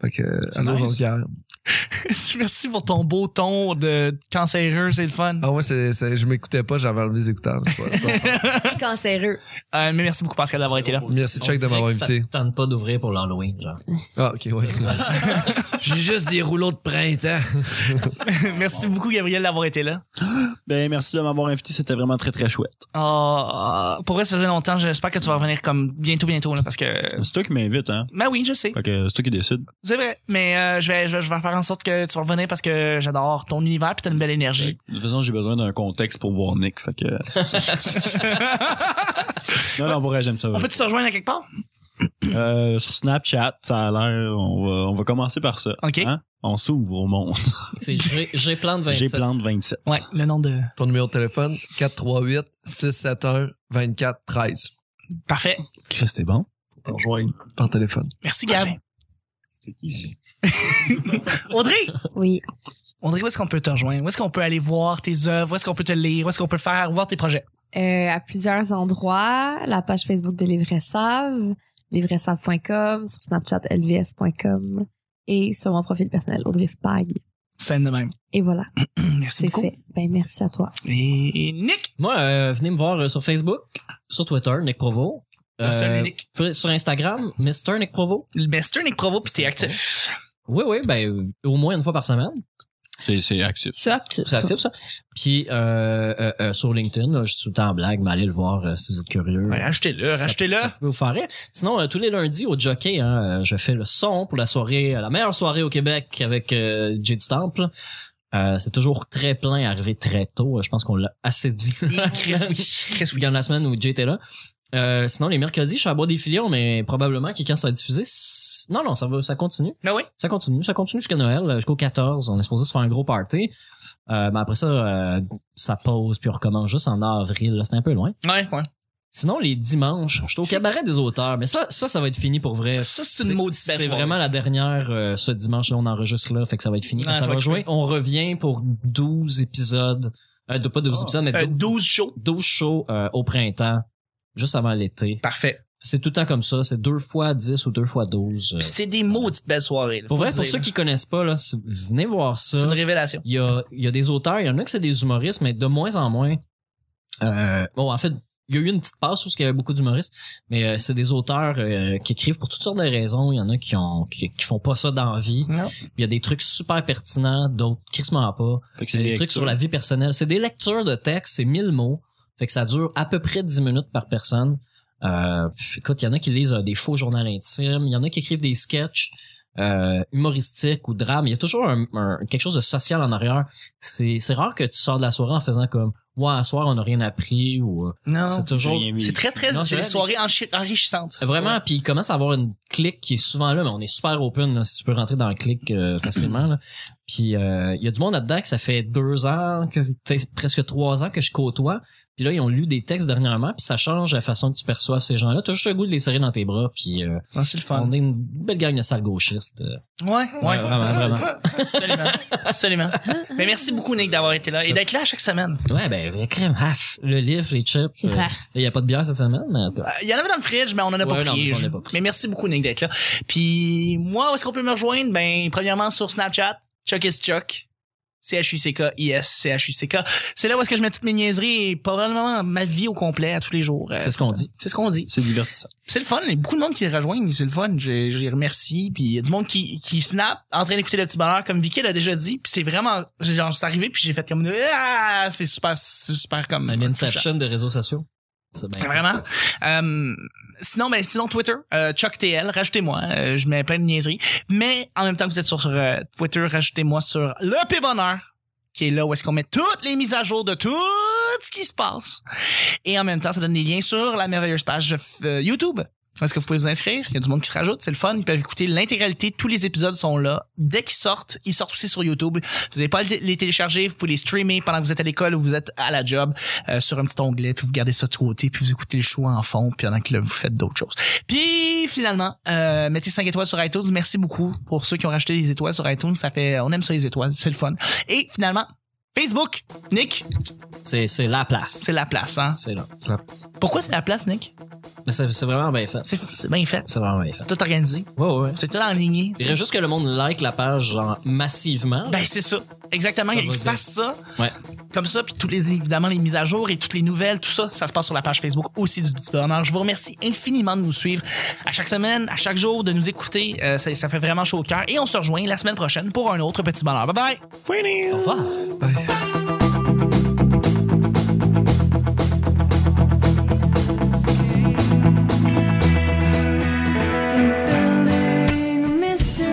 [SPEAKER 1] Fait que, euh, allô,
[SPEAKER 3] nice.
[SPEAKER 1] Jonquière.
[SPEAKER 2] [laughs] Merci pour ton beau ton de cancéreux, c'est le fun. Euh,
[SPEAKER 1] Ah, ouais, c'est, c'est- je m'écoutais pas, j'avais enlevé les écouteurs. Je sais pas, je [laughs] sais pas.
[SPEAKER 5] Cancéreux.
[SPEAKER 2] Euh, mais merci beaucoup, Pascal, d'avoir été là.
[SPEAKER 1] Merci, Chuck,
[SPEAKER 4] On
[SPEAKER 1] de m'avoir
[SPEAKER 4] dirait que
[SPEAKER 1] invité.
[SPEAKER 4] Ça te tente pas d'ouvrir pour l'Halloween, genre.
[SPEAKER 1] Ah, ok, ouais. [laughs] j'ai juste des rouleaux de printemps.
[SPEAKER 2] [laughs] merci beaucoup, Gabriel, d'avoir été là.
[SPEAKER 3] Ben, merci de m'avoir invité. C'était vraiment très, très chouette.
[SPEAKER 2] Ah, pour vrai, ça faisait longtemps. J'espère que tu vas revenir comme bientôt, bientôt, là, parce que.
[SPEAKER 3] C'est toi qui m'invite, hein?
[SPEAKER 2] Ben oui, je sais.
[SPEAKER 3] Fait que c'est toi qui décide.
[SPEAKER 2] C'est vrai. Mais euh, je, vais, je, vais- je vais faire en sorte que tu vas revenir parce que j'adore ton univers puis t'as une belle
[SPEAKER 3] De
[SPEAKER 2] énergie.
[SPEAKER 3] toute façon, j'ai besoin d'un contexte pour voir Nick. Fait que. [laughs] non, non, pour vrai, j'aime ça.
[SPEAKER 2] On peut-tu te rejoindre à quelque part?
[SPEAKER 3] Euh, sur Snapchat, ça a l'air. On va, on va commencer par ça.
[SPEAKER 2] OK.
[SPEAKER 3] Hein? On s'ouvre au monde.
[SPEAKER 4] C'est j'ai- j'ai plan de 27.
[SPEAKER 3] J'ai plan de 27.
[SPEAKER 2] Ouais, le nom de.
[SPEAKER 1] Ton numéro de téléphone, 438 671 24 13.
[SPEAKER 2] Parfait.
[SPEAKER 3] Chris, t'es bon?
[SPEAKER 1] T'en rejoindre par téléphone.
[SPEAKER 2] Merci, Gab. [laughs] Audrey!
[SPEAKER 5] Oui.
[SPEAKER 2] Audrey, où est-ce qu'on peut te rejoindre? Où est-ce qu'on peut aller voir tes œuvres? Où est-ce qu'on peut te lire? Où est-ce qu'on peut faire voir tes projets?
[SPEAKER 5] Euh, à plusieurs endroits, la page Facebook de Les Vrais Savent, lesvraissaves.com, sur Snapchat lvs.com et sur mon profil personnel Audrey Spag.
[SPEAKER 2] Scène de même.
[SPEAKER 5] Et voilà,
[SPEAKER 1] Ah,
[SPEAKER 2] Merci
[SPEAKER 5] c'est
[SPEAKER 2] beaucoup.
[SPEAKER 5] fait. Ben merci à toi.
[SPEAKER 2] Et, et Nick!
[SPEAKER 4] Moi, euh, venez me voir euh, sur Facebook, sur Twitter, Nick Provo.
[SPEAKER 2] Le seul
[SPEAKER 4] Euh,
[SPEAKER 2] unique.
[SPEAKER 4] sur- Sur Instagram, Mr. Nick Provo.
[SPEAKER 2] Ben, c'est un Nick Provo puis t'es actif.
[SPEAKER 4] Oui, oui, ben, euh, au moins une fois par semaine.
[SPEAKER 3] C'est, c'est actif.
[SPEAKER 5] Tu as tu
[SPEAKER 4] C'est actif, ça. Puis, euh, euh, euh, sur LinkedIn, là, je suis tout le temps en blague, mais allez le voir euh, si vous êtes curieux.
[SPEAKER 2] Ouais, euh, achetez-le,
[SPEAKER 4] Ça-
[SPEAKER 2] achetez-le.
[SPEAKER 4] Ça peut vous faire rire. Sinon, euh, tous les lundis au jockey, hein, euh, je fais le son pour la soirée, euh, la meilleure soirée au Québec avec euh, Jay du Temple. Euh, c'est toujours très plein, arrivé très tôt. Euh, Je pense qu'on l'a assez dit. [laughs]
[SPEAKER 2] Et Chris, oui. Chris,
[SPEAKER 4] week-end de la semaine où Jay était là. Euh, sinon, les mercredis, je suis à bois des filions, mais probablement que quand ça va être diffusé, c'est- non, non, ça va, ça continue.
[SPEAKER 2] Ben oui.
[SPEAKER 4] Ça continue, ça continue jusqu'à Noël, euh, jusqu'au 14. On est supposé se faire un gros party. Euh, ben après ça, euh, ça pause, puis on recommence juste en avril. là. C'est un peu loin.
[SPEAKER 2] Ouais, ouais.
[SPEAKER 4] Sinon, les dimanches, je suis au cabaret des auteurs, mais ça, ça, ça va être fini pour vrai.
[SPEAKER 2] Ça, c'est une maudite belle
[SPEAKER 4] C'est
[SPEAKER 2] soirée.
[SPEAKER 4] vraiment la dernière euh, ce dimanche. Là, on enregistre là, fait que ça va être fini.
[SPEAKER 2] Ouais,
[SPEAKER 4] Quand
[SPEAKER 2] Ah, ça
[SPEAKER 4] ça
[SPEAKER 2] va
[SPEAKER 4] va
[SPEAKER 2] être
[SPEAKER 4] jouer. On revient pour 12 épisodes. Euh, de- pas 12
[SPEAKER 2] Ah.
[SPEAKER 4] épisodes, mais
[SPEAKER 2] Euh,
[SPEAKER 4] 12,
[SPEAKER 2] 12 shows.
[SPEAKER 4] 12 shows euh, au printemps, juste avant l'été.
[SPEAKER 2] Parfait.
[SPEAKER 4] C'est tout le temps comme ça. C'est deux fois 10 ou deux fois 12. euh.
[SPEAKER 2] Puis c'est des maudites belles soirées. là,
[SPEAKER 4] Pour
[SPEAKER 2] faut
[SPEAKER 4] vrai,
[SPEAKER 2] le
[SPEAKER 4] pour
[SPEAKER 2] dire,
[SPEAKER 4] ceux
[SPEAKER 2] là.
[SPEAKER 4] qui connaissent pas, là, si- venez voir ça.
[SPEAKER 2] C'est une révélation.
[SPEAKER 4] Il y a, il y a des auteurs, il y en a que c'est des humoristes, mais de moins en moins. Euh, bon, en fait, il y a eu une petite passe où il y avait beaucoup d'humoristes, mais euh, c'est des auteurs euh, qui écrivent pour toutes sortes de raisons. Il y en a qui ont qui, qui font pas ça dans la vie.
[SPEAKER 2] Non.
[SPEAKER 4] Puis Il y a des trucs super pertinents, d'autres crissement pas.
[SPEAKER 3] Fait que
[SPEAKER 4] C'est
[SPEAKER 3] c'est
[SPEAKER 4] des
[SPEAKER 3] lecture.
[SPEAKER 4] trucs sur la vie personnelle. C'est des lectures de texte, c'est 1000 mots. Fait que ça dure à peu près 10 minutes par personne. Euh, puis, écoute, il y en a qui lisent euh, des faux journaux intimes, il y en a qui écrivent des sketchs euh, humoristiques ou drames. Il y a toujours un, un- quelque chose de social en arrière. C'est c'est rare que tu sors de la soirée en faisant comme « Ouais, à soir, on n'a rien appris » ou euh,
[SPEAKER 2] Non.
[SPEAKER 4] c'est toujours...
[SPEAKER 3] J'ai rien mis.
[SPEAKER 2] C'est très, très.
[SPEAKER 4] Non, c'est
[SPEAKER 2] C'est des
[SPEAKER 4] vrai,
[SPEAKER 2] soirées enchi- enrichissantes.
[SPEAKER 4] Euh, Vraiment, puis il commence à avoir une clique qui est souvent là, mais on est super open là, si tu peux rentrer dans le
[SPEAKER 2] [clears throat]
[SPEAKER 4] clique euh, facilement. là. Puis euh, il y a du monde là-dedans que ça fait deux ans, que, peut-être presque trois ans que je côtoie. Puis là, ils ont lu des textes dernièrement, puis ça change la façon que tu perçois ces gens-là. T'as juste le goût de les serrer dans tes bras, puis euh,
[SPEAKER 2] Ouais, c'est le fun.
[SPEAKER 4] on est une belle gang de sales gauchistes. euh.
[SPEAKER 2] Ouais, ouais.
[SPEAKER 4] Ouais, vraiment, vraiment.
[SPEAKER 2] Absolument. Absolument. Mais merci beaucoup, Nick, d'avoir été là et d'être là chaque semaine.
[SPEAKER 4] Ouais, ben, la crème, haf, le livre, les chips. euh, là, Il y a pas de bière cette semaine, mais en tout cas,
[SPEAKER 2] Euh, Il y en avait dans le fridge, mais on en a pas,
[SPEAKER 4] Ouais, non,
[SPEAKER 2] pris,
[SPEAKER 4] j'en ai
[SPEAKER 2] Je-
[SPEAKER 4] pas pris.
[SPEAKER 2] Mais merci beaucoup, Nick, d'être là. Puis, moi, où est-ce qu'on peut me rejoindre? Ben, premièrement, sur Snapchat, Chuck is Chuck. C-H-U-C-K, I-S, C-H-U-C-K. C'est là où est-ce que je mets toutes mes niaiseries et probablement ma vie au complet à tous les jours. Euh,
[SPEAKER 4] c'est ce qu'on dit.
[SPEAKER 2] C'est ce qu'on dit.
[SPEAKER 3] C'est divertissant.
[SPEAKER 2] C'est le fun. Il y a beaucoup de monde qui les rejoignent. C'est le fun. Je, je les remercie. Puis il y a du monde qui, qui snap en train d'écouter le petit bonheur, comme Vicky l'a déjà dit. Puis c'est vraiment, j'ai- genre, c'est arrivé puis j'ai fait comme, ah, c'est super, c'est super comme.
[SPEAKER 4] Une inception de réseaux sociaux. C'est bien.
[SPEAKER 2] Vraiment. Euh, sinon, ben, sinon Twitter, euh, ChuckTL, rajoutez-moi. euh, je mets plein de niaiseries. Mais en même temps que vous êtes sur euh, Twitter, rajoutez-moi sur Le P Bonheur, qui est là où est-ce qu'on met toutes les mises à jour de tout ce qui se passe. Et en même temps, ça donne des liens sur la merveilleuse page euh, YouTube. Où Est-ce que vous pouvez vous inscrire? Il y a du monde qui se rajoute, c'est le fun. Ils peuvent écouter l'intégralité. Tous les épisodes sont là. Dès qu'ils sortent, ils sortent aussi sur YouTube. Vous n'avez pas à les télécharger, vous pouvez les streamer pendant que vous êtes à l'école ou vous êtes à la job euh, sur un petit onglet, puis vous gardez ça de côté, puis vous écoutez le show en fond, puis pendant que là, vous faites d'autres choses. Puis finalement, euh, mettez 5 étoiles sur iTunes. Merci beaucoup pour ceux qui ont racheté les étoiles sur iTunes. Ça fait, on aime ça les étoiles, c'est le fun. Et finalement, Facebook, Nick,
[SPEAKER 4] C'est, c'est la place.
[SPEAKER 2] c'est la place. Hein?
[SPEAKER 4] C'est là.
[SPEAKER 2] Pourquoi c'est la place, Nick
[SPEAKER 4] Mais c'est, c'est vraiment bien fait.
[SPEAKER 2] C'est c'est bien fait,
[SPEAKER 4] C'est vraiment bien fait.
[SPEAKER 2] tout organisé,
[SPEAKER 4] Ouais, ouais.
[SPEAKER 2] c'est tout enligné.
[SPEAKER 4] Je dirais juste que le monde like la page, genre, massivement.
[SPEAKER 2] Ben c'est ça, exactement.
[SPEAKER 4] Ça
[SPEAKER 2] Ils
[SPEAKER 4] va bien.
[SPEAKER 2] fassent ça
[SPEAKER 4] Ouais.
[SPEAKER 2] comme ça, puis tous les évidemment les mises à jour et toutes les nouvelles, tout ça, ça se passe sur la page Facebook aussi du Petit Bonheur. Je vous remercie infiniment de nous suivre à chaque semaine, à chaque jour, de nous écouter. Euh, ça, ça fait vraiment chaud au cœur. Et on se rejoint la semaine prochaine pour un autre Petit Bonheur. Bye bye.
[SPEAKER 4] Au revoir.
[SPEAKER 1] Bye.
[SPEAKER 6] building a mystery.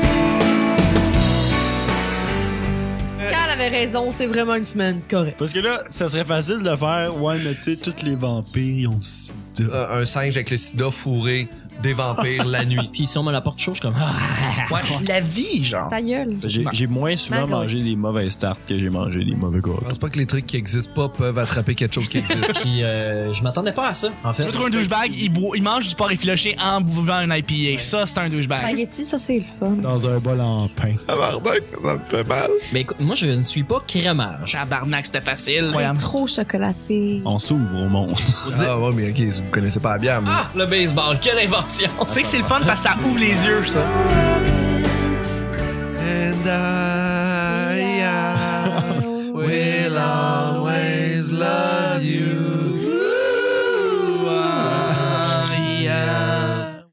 [SPEAKER 5] Carl avait raison, c'est vraiment une semaine correcte.
[SPEAKER 3] Parce que là, ça serait facile de faire, ouais, mais tu sais, tous les vampires, ils ont le sida.
[SPEAKER 1] Euh, un singe avec le sida fourré des vampires la nuit.
[SPEAKER 4] Puis si on me la porte chaud, je suis comme. ah.
[SPEAKER 2] Ouais, la vie, genre.
[SPEAKER 5] Ta gueule.
[SPEAKER 3] J'ai j'ai moins souvent
[SPEAKER 5] Magos.
[SPEAKER 3] mangé des mauvais starts que j'ai mangé des mauvais
[SPEAKER 1] Je
[SPEAKER 3] coca
[SPEAKER 1] pense pas que les trucs qui existent pas peuvent attraper quelque chose qui existe. [laughs]
[SPEAKER 4] Puis euh, je m'attendais pas à ça, en
[SPEAKER 2] Tu
[SPEAKER 4] fait.
[SPEAKER 2] veux trouver un douchebag, il, boit- il mange du porc effiloché en buvant un IPA. Ça, c'est un douchebag.
[SPEAKER 5] Spaghetti, ça, c'est le fun.
[SPEAKER 3] Dans un bol en pain.
[SPEAKER 1] ça me fait mal.
[SPEAKER 4] Ben écoute, moi, je ne suis pas crémage.
[SPEAKER 2] Tabarnak, c'était facile.
[SPEAKER 5] C'est trop chocolaté.
[SPEAKER 3] On s'ouvre au monde.
[SPEAKER 1] Ah ouais, mais ok, vous connaissez pas la bière, mais...
[SPEAKER 4] Ah, le baseball, quelle invention!
[SPEAKER 2] Tu sais que c'est le fun parce que ça ouvre les yeux, ça.
[SPEAKER 1] And I